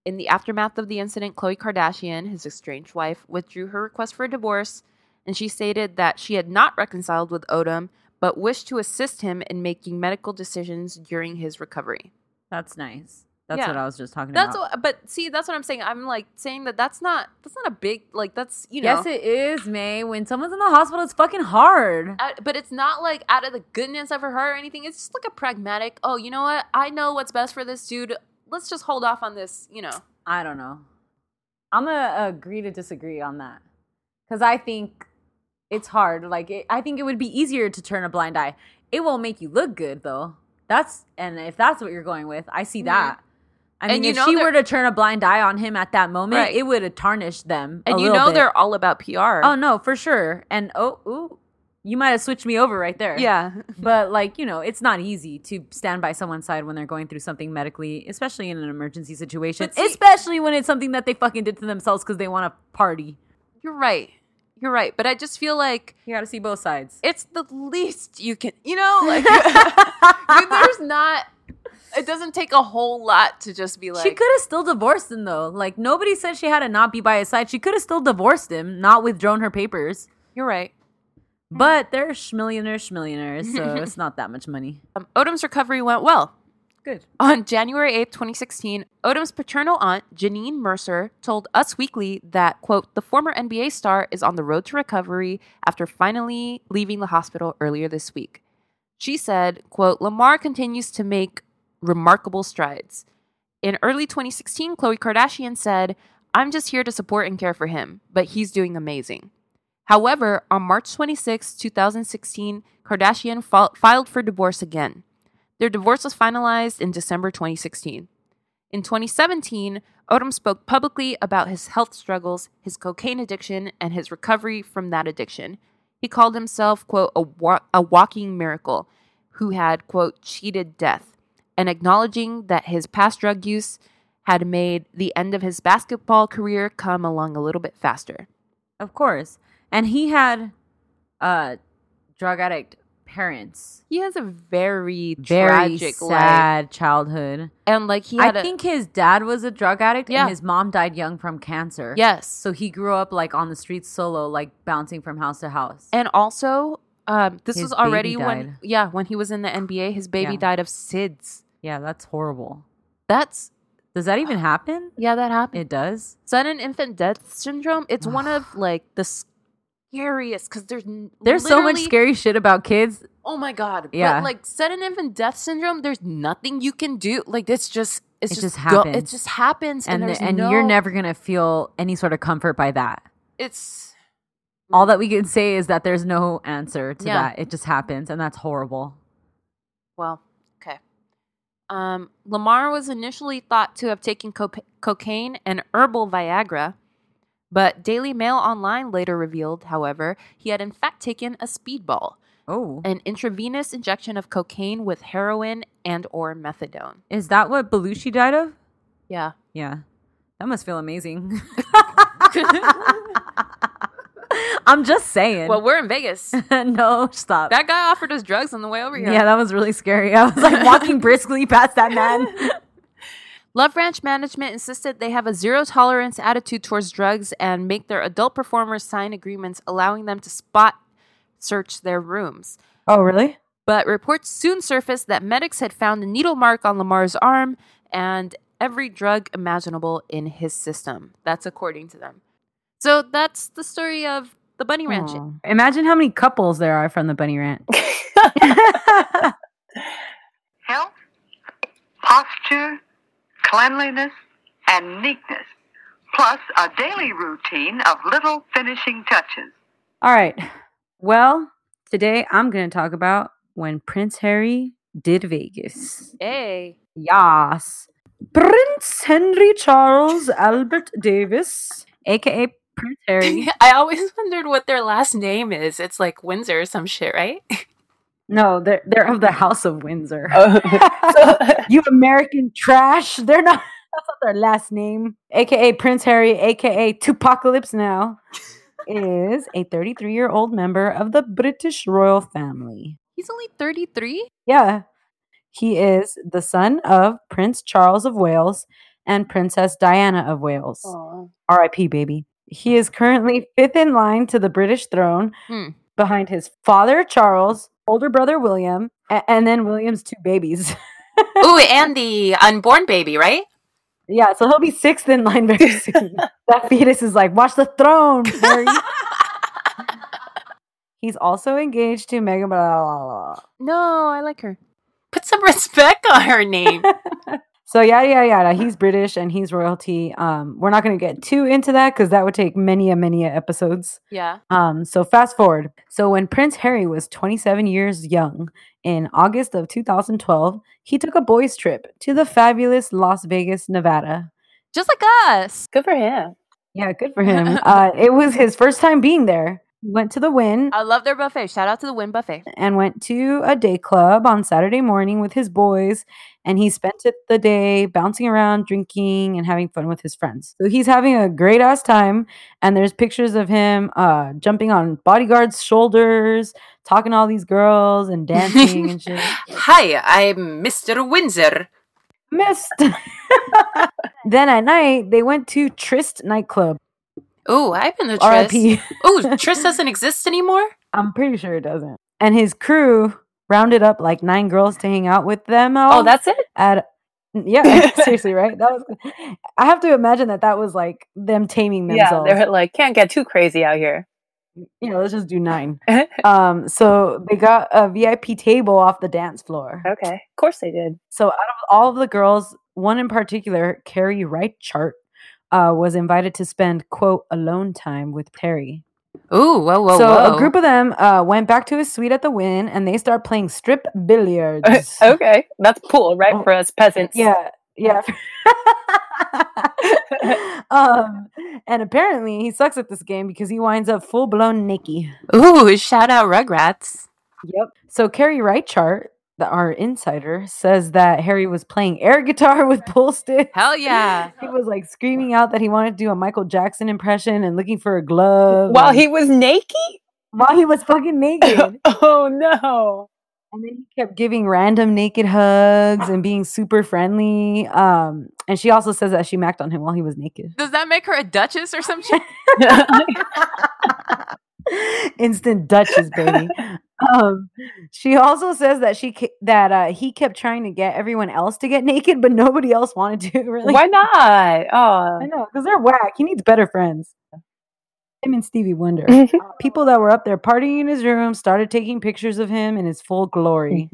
Speaker 1: In the aftermath of the incident, Khloe Kardashian, his estranged wife, withdrew her request for a divorce, and she stated that she had not reconciled with Odom, but wished to assist him in making medical decisions during his recovery.
Speaker 2: that's nice. That's
Speaker 1: Yeah.
Speaker 2: what I was just talking
Speaker 1: That's
Speaker 2: about.
Speaker 1: what, but see, that's what I'm saying. I'm like saying that that's not that's not a big like that's you know.
Speaker 2: Yes, it is, May. When someone's in the hospital, it's fucking hard.
Speaker 1: out- but it's not like out of the goodness of her heart or anything. It's just like a pragmatic. Oh, you know what? I know what's best for this dude. Let's just hold off on this. You know.
Speaker 2: I don't know. I'm gonna agree to disagree on that because I think it's hard. Like, it, I think it would be easier to turn a blind eye. It won't make you look good though. That's and if that's what you're going with, I see that. I mean,
Speaker 1: Mm-hmm. And you
Speaker 2: if
Speaker 1: know
Speaker 2: she
Speaker 1: they're-
Speaker 2: were to turn a blind eye on him at that moment,
Speaker 1: Right.
Speaker 2: it would have tarnished them. a
Speaker 1: And you
Speaker 2: little
Speaker 1: know
Speaker 2: bit.
Speaker 1: they're all about PR.
Speaker 2: Oh no, for sure. And oh, ooh, you might have switched me over right there.
Speaker 1: yeah.
Speaker 2: but like you know it's not easy to stand by someone's side when they're going through something medically especially in an emergency situation
Speaker 1: But see-
Speaker 2: especially when it's something that they fucking did to themselves because they want to party
Speaker 1: You're right. You're right. But I just feel like
Speaker 2: you gotta see both sides
Speaker 1: it's the least you can. You know, like you- there's not. It doesn't take a whole lot to just be like.
Speaker 2: she could have still divorced him though like nobody said she had to not be by his side she could have still divorced him not withdrawn her papers
Speaker 1: You're right.
Speaker 2: but they're schmillionaires schmillionaires so it's not that much money
Speaker 1: Um, Odom's recovery went well.
Speaker 2: good
Speaker 1: On January 8th, 2016, Odom's paternal aunt, Janine Mercer, told Us Weekly that, quote, the former NBA star is on the road to recovery after finally leaving the hospital earlier this week. She said, quote, Lamar continues to make remarkable strides. In early 2016, Khloe Kardashian said, I'm just here to support and care for him, but he's doing amazing. However, on March 26, 2016, Kardashian fil- filed for divorce again. Their divorce was finalized in December 2016. In 2017, Odom spoke publicly about his health struggles, his cocaine addiction, and his recovery from that addiction. He called himself, quote, a, wa- a walking miracle who had, quote, cheated death, and acknowledging that his past drug use had made the end of his basketball career come along a little bit faster.
Speaker 9: Of course. And he had uh drug addict parents.
Speaker 1: He has a very,
Speaker 9: Very
Speaker 1: tragic life.
Speaker 9: sad childhood.
Speaker 1: And like he had
Speaker 9: I
Speaker 1: a
Speaker 9: think his dad was a drug addict
Speaker 1: Yeah.
Speaker 9: and his mom died young from cancer.
Speaker 1: yes.
Speaker 9: So he grew up like on the streets solo, like bouncing from house to house.
Speaker 1: and also um, this
Speaker 9: His
Speaker 1: was already
Speaker 9: baby
Speaker 1: when
Speaker 9: died.
Speaker 1: yeah when he was in the NBA, his baby
Speaker 9: Yeah.
Speaker 1: died of SIDS.
Speaker 9: yeah, that's horrible.
Speaker 1: That's
Speaker 9: Does that even happen?
Speaker 1: yeah, that happened.
Speaker 9: It does.
Speaker 1: Sudden infant death syndrome. It's one of like the scariest because there's n-
Speaker 9: There's so much
Speaker 1: literally-
Speaker 9: scary shit about kids.
Speaker 1: Oh my god!
Speaker 9: Yeah.
Speaker 1: But like sudden infant death syndrome, there's nothing you can do. Like it's just it's
Speaker 9: It
Speaker 1: just,
Speaker 9: just
Speaker 1: go- it
Speaker 9: happens.
Speaker 1: just happens, and
Speaker 9: And,
Speaker 1: there's
Speaker 9: and
Speaker 1: no-
Speaker 9: you're never going to feel any sort of comfort by that.
Speaker 1: It's
Speaker 9: All that we can say is that there's no answer to
Speaker 1: Yeah.
Speaker 9: that. It just happens. And that's horrible.
Speaker 1: Well, okay. Um, Lamar was initially thought to have taken co- cocaine and herbal Viagra, but Daily Mail Online later revealed, however, he had in fact taken a speedball,
Speaker 9: Oh.
Speaker 1: an intravenous injection of cocaine with heroin and or methadone.
Speaker 9: Is that what Belushi died of?
Speaker 1: Yeah.
Speaker 9: Yeah. That must feel amazing. I'm just saying.
Speaker 1: Well, we're in Vegas.
Speaker 9: no, stop.
Speaker 1: That guy offered us drugs on the way over here.
Speaker 9: yeah, that was really scary. I was like walking briskly past that man.
Speaker 1: Love Ranch management insisted they have a zero tolerance attitude towards drugs and make their adult performers sign agreements allowing them to spot search their rooms.
Speaker 2: Oh, really?
Speaker 1: But reports soon surfaced that medics had found a needle mark on Lamar's arm and every drug imaginable in his system. That's according to them. So that's the story of the Bunny Ranch.
Speaker 9: Imagine how many couples there are from the Bunny Ranch.
Speaker 6: health, posture, cleanliness, and neatness, plus a daily routine of little finishing touches.
Speaker 2: All right. Well, today I'm going to talk about when Prince Harry did Vegas.
Speaker 1: Hey.
Speaker 2: Yas. Prince Henry Charles Albert Davis, aka Prince Harry.
Speaker 10: I always wondered what their last name is. It's like Windsor or some shit, right?
Speaker 2: No, they're they're of the House of Windsor. you American trash. They're not that's not their last name. AKA Prince Harry, aka Tupacalypse now, is a 33-year-old member of the British royal family.
Speaker 1: He's only 33?
Speaker 2: Yeah. He is the son of Prince Charles of Wales and Princess Diana of Wales. RIP, baby. He is currently fifth in line to the British throne
Speaker 1: Hmm.
Speaker 2: behind his father, Charles, older brother, William, a- and then William's two babies.
Speaker 10: Ooh, and the unborn baby, right?
Speaker 2: yeah, so he'll be sixth in line very soon. that fetus is like, watch the throne. Harry." He's also engaged to Meghan. Blah, blah, blah, blah.
Speaker 1: No, I like her.
Speaker 10: Put some respect on her name.
Speaker 2: So yada yada yada. He's British and he's royalty. Um, we're not going to get too into that because that would take many a many a episodes.
Speaker 1: Yeah.
Speaker 2: Um, so fast forward. So when Prince Harry was 27 years young in August of 2012, he took a boys' trip to the fabulous Las Vegas, Nevada.
Speaker 1: Just like us.
Speaker 10: Good for him.
Speaker 2: Yeah, good for him. uh, it was his first time being there. He went to the Win
Speaker 1: I love their buffet. Shout out to the Win Buffet.
Speaker 2: and went to a day club on Saturday morning with his boys. And he spent it the day bouncing around, drinking, and having fun with his friends. So he's having a great ass time. And there's pictures of him uh, jumping on bodyguards' shoulders, talking to all these girls, and dancing and shit.
Speaker 10: Hi, I'm Mr. Windsor.
Speaker 2: Missed. then at night, they went to Trist nightclub.
Speaker 10: Ooh, I've been to Tris.
Speaker 2: RIP.
Speaker 10: Ooh, Tris doesn't exist anymore?
Speaker 2: I'm pretty sure it doesn't. And his crew rounded up like nine girls to hang out with them.
Speaker 1: Oh,
Speaker 2: all
Speaker 10: Oh, it?
Speaker 2: at yeah seriously right that was i have to imagine that that was like them taming
Speaker 11: Yeah,
Speaker 2: themselves
Speaker 11: they're like, can't get too crazy out here.
Speaker 2: you know let's just do nine um so they got a vip table off the dance floor
Speaker 11: Okay. Of course they did.
Speaker 2: so out of all of the girls one in particular carrie Reichart, uh was invited to spend quote alone time with perry
Speaker 1: Ooh, whoa, whoa,
Speaker 2: so
Speaker 1: whoa.
Speaker 2: a group of them uh, went back to his suite at the Wynn, and they start playing strip billiards.
Speaker 12: okay, that's pool, right?
Speaker 2: Oh.
Speaker 12: For us peasants.
Speaker 2: Yeah, yeah. um, and apparently he sucks at this game because he winds up full blown Nikki.
Speaker 1: Ooh, shout out Rugrats.
Speaker 2: Yep. So Carrie Reichart, the, our insider, says that Harry was playing air guitar with pool sticks.
Speaker 1: Hell
Speaker 12: Uh-huh.
Speaker 1: yeah.
Speaker 2: He was like screaming out that he wanted to do a Michael Jackson impression and looking for a glove.
Speaker 12: While
Speaker 2: and-
Speaker 12: he was naked?
Speaker 2: while he was fucking naked.
Speaker 12: Oh no.
Speaker 2: And then he kept giving random naked hugs and being super friendly. Um, and she also says that she macked on him while he was naked.
Speaker 1: Does that make her a duchess or some shit?
Speaker 2: Instant Duchess, baby. Um, she also says that she ke- that uh, he kept trying to get everyone else to get naked, but nobody else wanted to. Really,
Speaker 12: Why not? Oh.
Speaker 2: I know because they're whack. He needs better friends. Him and Stevie Wonder. Um,
Speaker 12: Mhm.
Speaker 2: People that were up there partying in his room started taking pictures of him in his full glory.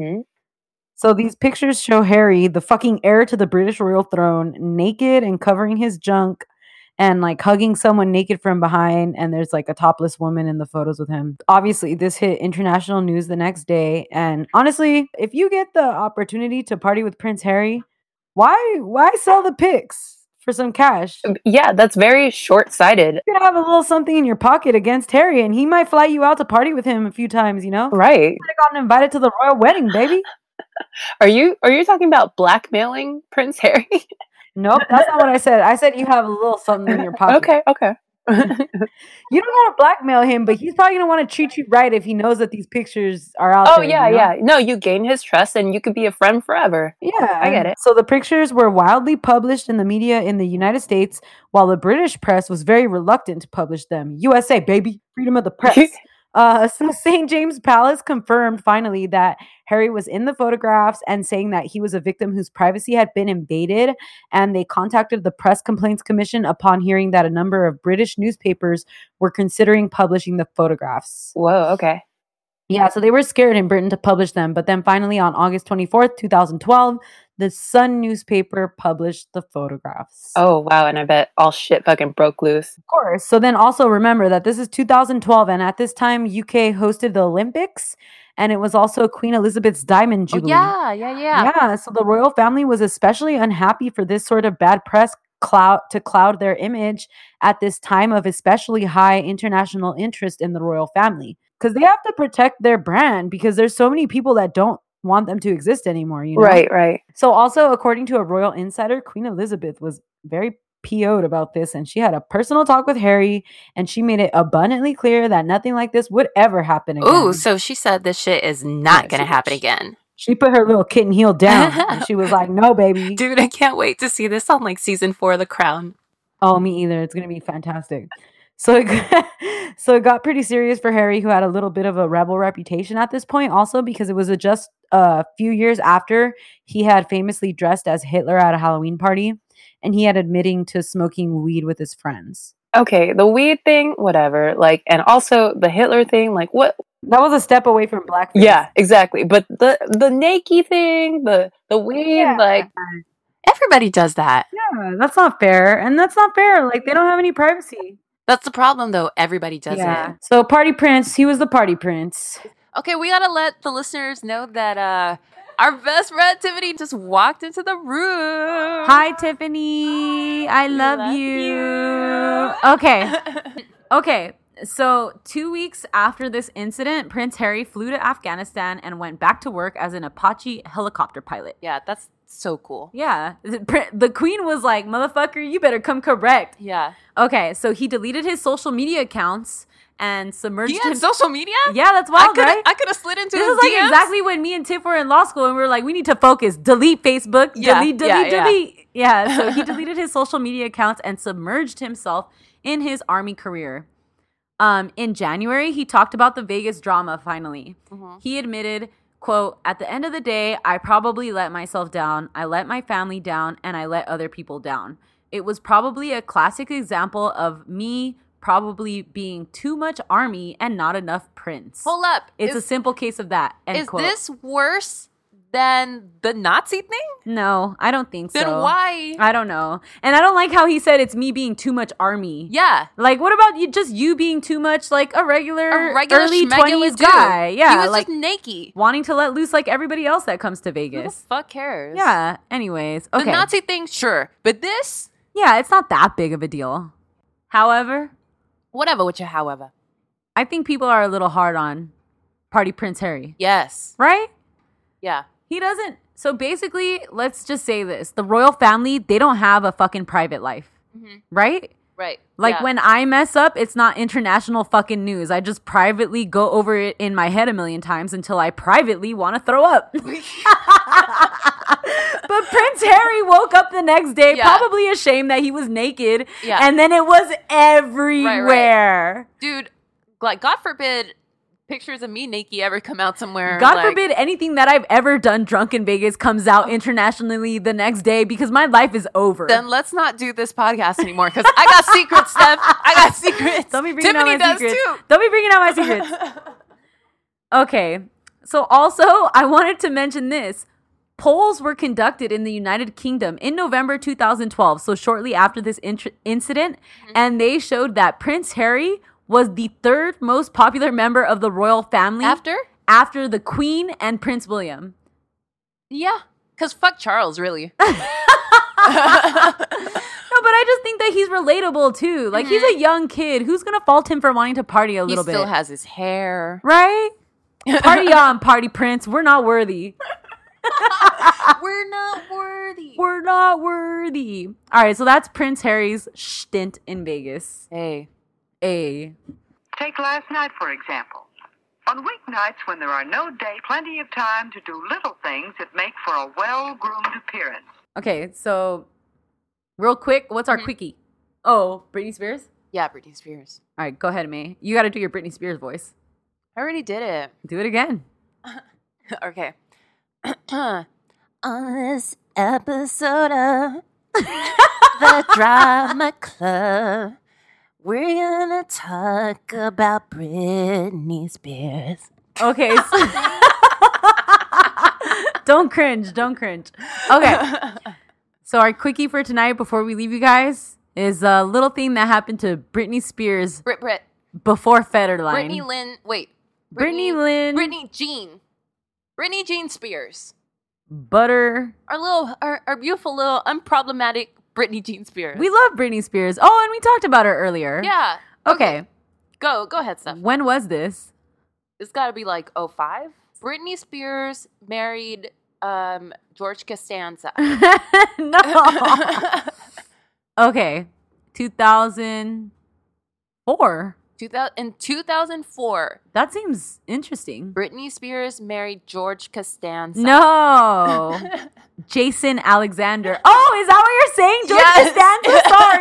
Speaker 2: So these pictures show Harry, the fucking heir to the British royal throne, naked and covering his junk and like hugging someone naked from behind and there's like a topless woman in the photos with him. Obviously, this hit international news the next day and honestly, if you get the opportunity to party with Prince Harry, why why sell the pics for some cash?
Speaker 1: Um,
Speaker 2: You
Speaker 12: Yeah, that's very short sighted.
Speaker 2: could have a little something in your pocket against Harry and he might fly you out to party with him a few times, you
Speaker 1: Oh.
Speaker 2: know?
Speaker 12: Right.
Speaker 2: I gotten invited to the royal wedding, baby.
Speaker 12: Are you are you talking about blackmailing Prince Harry?
Speaker 2: Nope, that's not what I said. I said you have a little something in your pocket.
Speaker 12: okay, okay.
Speaker 2: You don't want to blackmail him, but he's probably gonna want to treat you right if he knows that these pictures are out
Speaker 12: oh
Speaker 2: there. you
Speaker 12: yeah,
Speaker 2: know?
Speaker 12: yeah. No, you gain his trust and you could be a friend forever.
Speaker 2: Yeah,
Speaker 12: I get it.
Speaker 2: So the pictures were wildly published in the media in the United States, while the British press was very reluctant to publish them. USA, baby, freedom of the press. Uh, so St. James Palace confirmed finally that Harry was in the photographs and saying that he was a victim whose privacy had been invaded. And they contacted the Press Complaints Commission upon hearing that a number of British newspapers were considering publishing the photographs.
Speaker 12: Whoa, okay.
Speaker 2: Yeah, so they were scared in Britain to publish them, but then finally on August 24th, 2012, the Sun newspaper published the photographs.
Speaker 12: Oh wow, and I bet all shit fucking broke loose.
Speaker 2: Of course. So then also remember that this is 2012 and at this time UK hosted the Olympics and it was also Queen Elizabeth's Diamond
Speaker 1: Oh,
Speaker 2: Jubilee.
Speaker 1: yeah, yeah, yeah.
Speaker 2: Yeah, so the royal family was especially unhappy for this sort of bad press cloud to cloud their image at this time of especially high international interest in the royal family because they have to protect their brand because there's so many people that don't want them to exist anymore. You know?
Speaker 12: Right, right.
Speaker 2: So also according to a royal insider, Queen Elizabeth was very PO'd about this and she had a personal talk with Harry and she made it abundantly clear that nothing like this would ever happen again.
Speaker 1: Ooh, so she said this shit is not
Speaker 12: Yeah,
Speaker 1: gonna
Speaker 12: she-
Speaker 1: happen again.
Speaker 2: she put her little kitten heel down and she was like, No baby.
Speaker 1: Dude, I can't wait to see this on like season four of The Crown.
Speaker 2: Oh, me either. It's going to be fantastic. So it, got, so it got pretty serious for Harry, who had a little bit of a rebel reputation at this point, also because it was a just a few years after he had famously dressed as Hitler at a Halloween party, and he had admitting to smoking weed with his friends.
Speaker 12: Okay, the weed thing, whatever. Like and also the Hitler thing, like what
Speaker 2: That was a step away from blackface.
Speaker 12: Yeah, exactly. But the the naked thing, the the weed,
Speaker 2: Yeah.
Speaker 12: like
Speaker 1: Everybody does that.
Speaker 2: yeah, that's not fair, and that's not fair. Like they don't have any privacy.
Speaker 1: That's the problem though. Everybody does it.
Speaker 2: So party prince, he was the party prince.
Speaker 1: Okay, we gotta let the listeners know that uh our best friend Tiffany just walked into the room.
Speaker 13: Hi, Tiffany. I love,
Speaker 1: love
Speaker 13: you.
Speaker 1: you.
Speaker 13: Okay. okay. So, two weeks after this incident, Prince Harry flew to Afghanistan and went back to work as an Apache helicopter pilot.
Speaker 1: Yeah, that's so cool.
Speaker 13: Yeah. The, pr- the queen was like, motherfucker, you better come correct.
Speaker 1: Yeah.
Speaker 13: Okay. So, he deleted his social media accounts and submerged
Speaker 1: He had
Speaker 13: him-
Speaker 1: social media?
Speaker 13: yeah, that's
Speaker 1: I
Speaker 13: wild,
Speaker 1: could
Speaker 13: right?
Speaker 1: I could have slid into
Speaker 13: this
Speaker 1: his
Speaker 13: is like
Speaker 1: DMs.
Speaker 13: exactly when me and Tiff were in law school and we were like, we need to focus, delete Facebook,
Speaker 1: Yeah,
Speaker 13: delete,
Speaker 1: yeah,
Speaker 13: delete,
Speaker 1: yeah.
Speaker 13: delete. Yeah. So he deleted his social media accounts and submerged himself in his army career. Um, in January, he talked about the Vegas drama finally.
Speaker 1: Mm-hmm.
Speaker 13: He admitted, quote, at the end of the day, I probably let myself down, I let my family down, and I let other people down. It was probably a classic example of me probably being too much army and not enough prince.
Speaker 1: Hold up.
Speaker 13: It's
Speaker 1: is
Speaker 13: a simple case of that. End
Speaker 1: is
Speaker 13: quote.
Speaker 1: this worse than the Nazi thing?
Speaker 2: No, I don't think
Speaker 1: Then
Speaker 2: so.
Speaker 1: why?
Speaker 2: I don't know. And I don't like how he said it's me being too much army.
Speaker 1: yeah.
Speaker 2: Like, what about you? Just you being too much like a regular,
Speaker 1: A regular
Speaker 2: early
Speaker 1: schmegular
Speaker 2: twenties
Speaker 1: dude.
Speaker 2: guy.
Speaker 1: he
Speaker 2: Yeah,
Speaker 1: was
Speaker 2: like
Speaker 1: just naked.
Speaker 2: wanting to let loose like everybody else that comes to
Speaker 1: Who the
Speaker 2: Vegas.
Speaker 1: fuck cares?
Speaker 2: Yeah. Anyways, okay.
Speaker 1: The Nazi thing, sure. But this,
Speaker 2: yeah, it's not that big of a deal. However,
Speaker 1: whatever with you, however.
Speaker 2: I think people are a little hard on Party Prince Harry,
Speaker 1: Yes.
Speaker 2: right?
Speaker 1: Yeah.
Speaker 2: He doesn't. So basically, let's just say this: the royal family they don't have a fucking private life, right?
Speaker 1: Right.
Speaker 2: Like
Speaker 1: Mm-hmm. Yeah.
Speaker 2: when I mess up, it's not international fucking news. I just privately go over it in my head a million times until I privately want to throw up. but Prince Harry woke up the next day,
Speaker 1: Yeah.
Speaker 2: probably ashamed that he was naked,
Speaker 1: Yeah.
Speaker 2: and then it was everywhere.
Speaker 1: Dude, like, God forbid pictures of me naked ever come out somewhere.
Speaker 2: God
Speaker 1: like- Oh.
Speaker 2: forbid anything that I've ever done drunk in Vegas comes out internationally the next day because my life is over.
Speaker 1: Then let's not do this podcast anymore because I got secrets, Steph. I got secrets.
Speaker 2: Don't be bringing
Speaker 1: Tiffany
Speaker 2: out my
Speaker 1: does
Speaker 2: secrets.
Speaker 1: too.
Speaker 2: Don't be bringing out my secrets. okay. So also, I wanted to mention this. Polls were conducted in the United Kingdom in November 2012, so shortly after this int- incident,
Speaker 1: Mm-hmm.
Speaker 2: and they showed that Prince Harry was the third most popular member of the royal family
Speaker 1: After?
Speaker 2: after the Queen and Prince William.
Speaker 1: Yeah. Because fuck Charles, really.
Speaker 2: No, but I just think that he's relatable too. Like he's a young kid. Who's gonna fault him for wanting to party a
Speaker 1: Mm-hmm. he
Speaker 2: little bit?
Speaker 1: still has his hair.
Speaker 2: right? Party on, party prince. We're not worthy.
Speaker 1: We're not worthy.
Speaker 2: We're not worthy. All right, so that's Prince Harry's stint in Vegas.
Speaker 1: Hey.
Speaker 2: A.
Speaker 6: Take last night, for example. On weeknights, when there are no dates, plenty of time to do little things that make for a well groomed appearance.
Speaker 2: Okay, so real quick, what's our quickie? Oh, Britney Spears.
Speaker 1: Yeah, Britney Spears.
Speaker 2: All right, go ahead, May. You got to do your Britney Spears voice.
Speaker 1: I already did it.
Speaker 2: Do it again.
Speaker 1: okay. On this episode of the Drama Club, we're gonna talk about Britney Spears.
Speaker 2: Okay. so- don't cringe. Don't cringe. Okay. So our quickie for tonight before we leave you guys is a little thing that happened to Britney Spears
Speaker 1: Brit Brit.
Speaker 2: before Federline.
Speaker 1: Brittany Lynn. Wait.
Speaker 2: Brittany Lynn
Speaker 1: Brittany Jean. Brittany Jean Spears.
Speaker 2: Butter.
Speaker 1: Our little, our, our beautiful little unproblematic Brittany Jean Spears.
Speaker 2: We love Britney Spears. Oh, and we talked about her earlier.
Speaker 1: yeah.
Speaker 2: Okay.
Speaker 1: Go, go ahead, Steph.
Speaker 2: When was this?
Speaker 1: it's got to be like 05. Britney Spears married um, George Costanza.
Speaker 2: no. okay. 2004.
Speaker 1: 2000, in 2004,
Speaker 2: That seems interesting.
Speaker 1: Britney Spears married George Costanza.
Speaker 2: No. Jason Alexander. Oh, is that what you're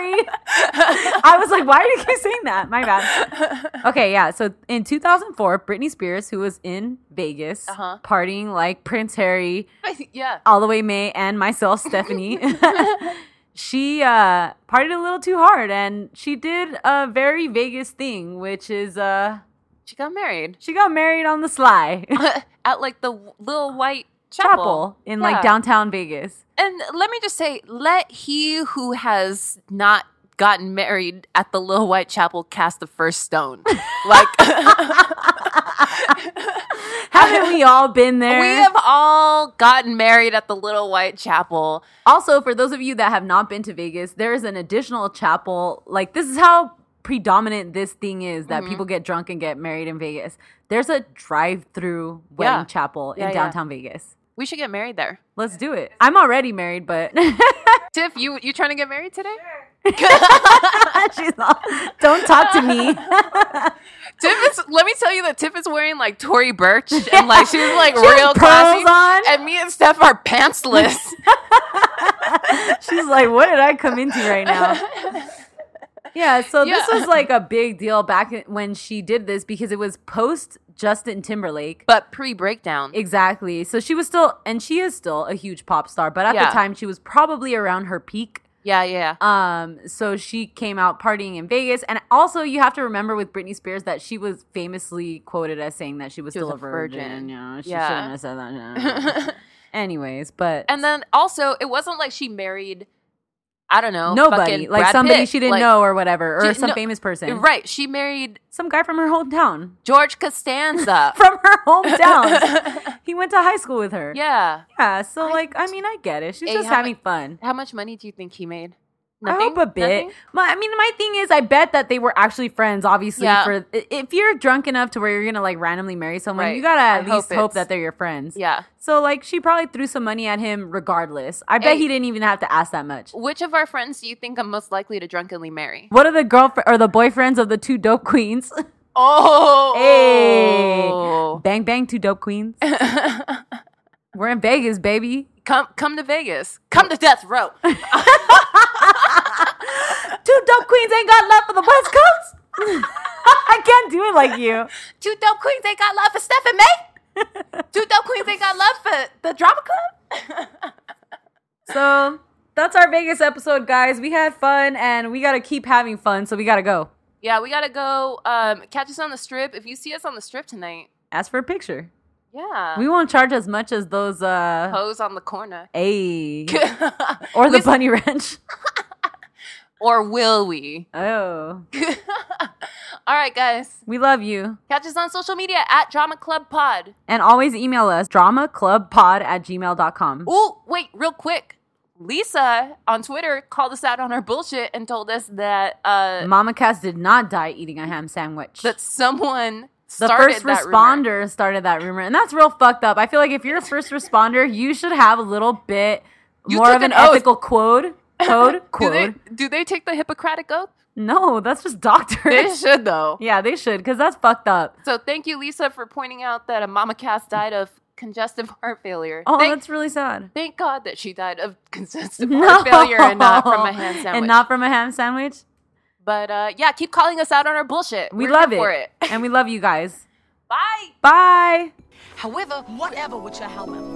Speaker 2: saying? George
Speaker 1: Yes.
Speaker 2: Costanza? Sorry. I was like, why do you keep saying that? My bad. Okay, yeah. So in 2004, Britney Spears, who was in Vegas
Speaker 1: Uh-huh.
Speaker 2: partying like Prince Harry,
Speaker 1: yeah.
Speaker 2: all the way May, and myself, Stephanie, she uh, partied a little too hard and she did a very Vegas thing, which is uh,
Speaker 1: She got married
Speaker 2: she got married on the sly.
Speaker 1: at like the w- little white chapel.
Speaker 2: Chapel in
Speaker 1: Yeah.
Speaker 2: like downtown Vegas.
Speaker 1: And let me just say, let he who has not gotten married at the little white chapel cast the first stone. like,
Speaker 2: Haven't we all been there?
Speaker 1: we have all gotten married at the little white chapel.
Speaker 2: also, for those of you that have not been to Vegas, there is an additional chapel. Like, this is how predominant this thing is that people get drunk and get married in Vegas. There's a drive through wedding
Speaker 1: Yeah.
Speaker 2: chapel
Speaker 1: Yeah,
Speaker 2: in
Speaker 1: yeah.
Speaker 2: downtown Vegas.
Speaker 1: We should get married there.
Speaker 2: Let's do it. I'm already married, but
Speaker 1: Tiff, you you trying to get married today?
Speaker 2: she's all, don't talk to me.
Speaker 1: Tiff is. Let me tell you that Tiff is wearing like Tory Burch and like she's like
Speaker 2: has
Speaker 1: real
Speaker 2: pearls
Speaker 1: classy.
Speaker 2: on.
Speaker 1: And me and Steph are pantsless.
Speaker 2: She's like, what did I come into right now? Yeah, so this
Speaker 1: Yeah.
Speaker 2: was like a big deal back in- when she did this because it was post Justin Timberlake.
Speaker 1: but pre breakdown.
Speaker 2: Exactly. So she was still, and she is still a huge pop star, but at
Speaker 1: Yeah.
Speaker 2: the time she was probably around her peak.
Speaker 1: Yeah, yeah.
Speaker 2: Um, so she came out partying in Vegas, and also you have to remember with Britney Spears that she was famously quoted as saying that she was
Speaker 1: She was
Speaker 2: still
Speaker 1: a
Speaker 2: a virgin.
Speaker 1: virgin.
Speaker 2: Yeah, she
Speaker 1: Yeah.
Speaker 2: shouldn't have said that. Anyways, but
Speaker 1: And then also, it wasn't like she married, I don't know,
Speaker 2: nobody,
Speaker 1: fucking
Speaker 2: like
Speaker 1: Brad
Speaker 2: somebody
Speaker 1: Pitt.
Speaker 2: she didn't
Speaker 1: Like,
Speaker 2: know or whatever, or
Speaker 1: she-
Speaker 2: some
Speaker 1: no,
Speaker 2: famous person,
Speaker 1: Right. She married
Speaker 2: Some guy from her hometown,
Speaker 1: George Costanza.
Speaker 2: from her hometown. he went to high school with her.
Speaker 1: yeah.
Speaker 2: Yeah, so
Speaker 1: I-
Speaker 2: like I mean I get it. She's
Speaker 1: Hey,
Speaker 2: just
Speaker 1: how
Speaker 2: having fun.
Speaker 1: How much money do you think he made?
Speaker 2: I hope a bit. My, I mean, my thing is, I bet that they were actually friends. Obviously,
Speaker 1: Yeah.
Speaker 2: for i- if you're drunk enough to where you're gonna like randomly marry someone,
Speaker 1: Right.
Speaker 2: you gotta at
Speaker 1: I
Speaker 2: least
Speaker 1: hope
Speaker 2: hope
Speaker 1: it's-
Speaker 2: that they're your friends.
Speaker 1: Yeah.
Speaker 2: So like, she probably threw some money at him regardless. I bet
Speaker 1: Hey.
Speaker 2: he didn't even have to ask that much.
Speaker 1: Which of our friends do you think I'm most likely to drunkenly marry?
Speaker 2: What are the girlfriend or the boyfriends of the two dope queens?
Speaker 1: Oh.
Speaker 2: bang bang, two dope queens. we're in Vegas, baby.
Speaker 1: Come come to Vegas. Come to death row.
Speaker 2: Two dope queens ain't got love for the West Coast. I can't do it like you.
Speaker 1: Two dope queens ain't got love for Stephen May. Two dope queens ain't got love for the drama club.
Speaker 2: So that's our Vegas episode, guys. We had fun and we gotta keep having fun, so we gotta go.
Speaker 1: yeah, we gotta go. Um, catch us on the strip. If you see us on the strip tonight,
Speaker 2: Ask for a picture.
Speaker 1: yeah.
Speaker 2: We won't charge as much as those uh
Speaker 1: pose on the corner.
Speaker 2: A or the
Speaker 1: Oh. We-
Speaker 2: bunny ranch.
Speaker 1: or will we?
Speaker 2: Oh.
Speaker 1: All right, guys.
Speaker 2: We love you.
Speaker 1: Catch us on social media at Drama Club Pod.
Speaker 2: And always email us dramaclubpod at gmail.com.
Speaker 1: Oh, wait, real quick. Lisa on Twitter called us out on our bullshit and told us that uh
Speaker 2: Mama Cass did not die eating a ham sandwich.
Speaker 1: that someone
Speaker 2: the
Speaker 1: started
Speaker 2: first
Speaker 1: that
Speaker 2: responder started that rumor, and that's real fucked up. I feel like if you're a first responder, you should have a little bit
Speaker 1: You
Speaker 2: more
Speaker 1: took
Speaker 2: of an,
Speaker 1: an oath.
Speaker 2: ethical code. Code,
Speaker 1: rumor. Do
Speaker 2: code.
Speaker 1: they, do they take the Hippocratic oath?
Speaker 2: No, that's just doctors.
Speaker 1: They should though.
Speaker 2: yeah, they should, because that's fucked up.
Speaker 1: So thank you, Lisa, for pointing out that a mama Cass died of congestive heart failure.
Speaker 2: Oh,
Speaker 1: thank,
Speaker 2: that's really sad.
Speaker 1: thank God that she died of congestive heart failure and not from a hand sandwich.
Speaker 2: And not from a ham sandwich.
Speaker 1: but uh, yeah, keep calling us out on our bullshit.
Speaker 2: We
Speaker 1: We're
Speaker 2: love
Speaker 1: here
Speaker 2: it.
Speaker 1: for it.
Speaker 2: and we love you guys.
Speaker 1: Bye.
Speaker 2: Bye.
Speaker 14: However, whatever with your however.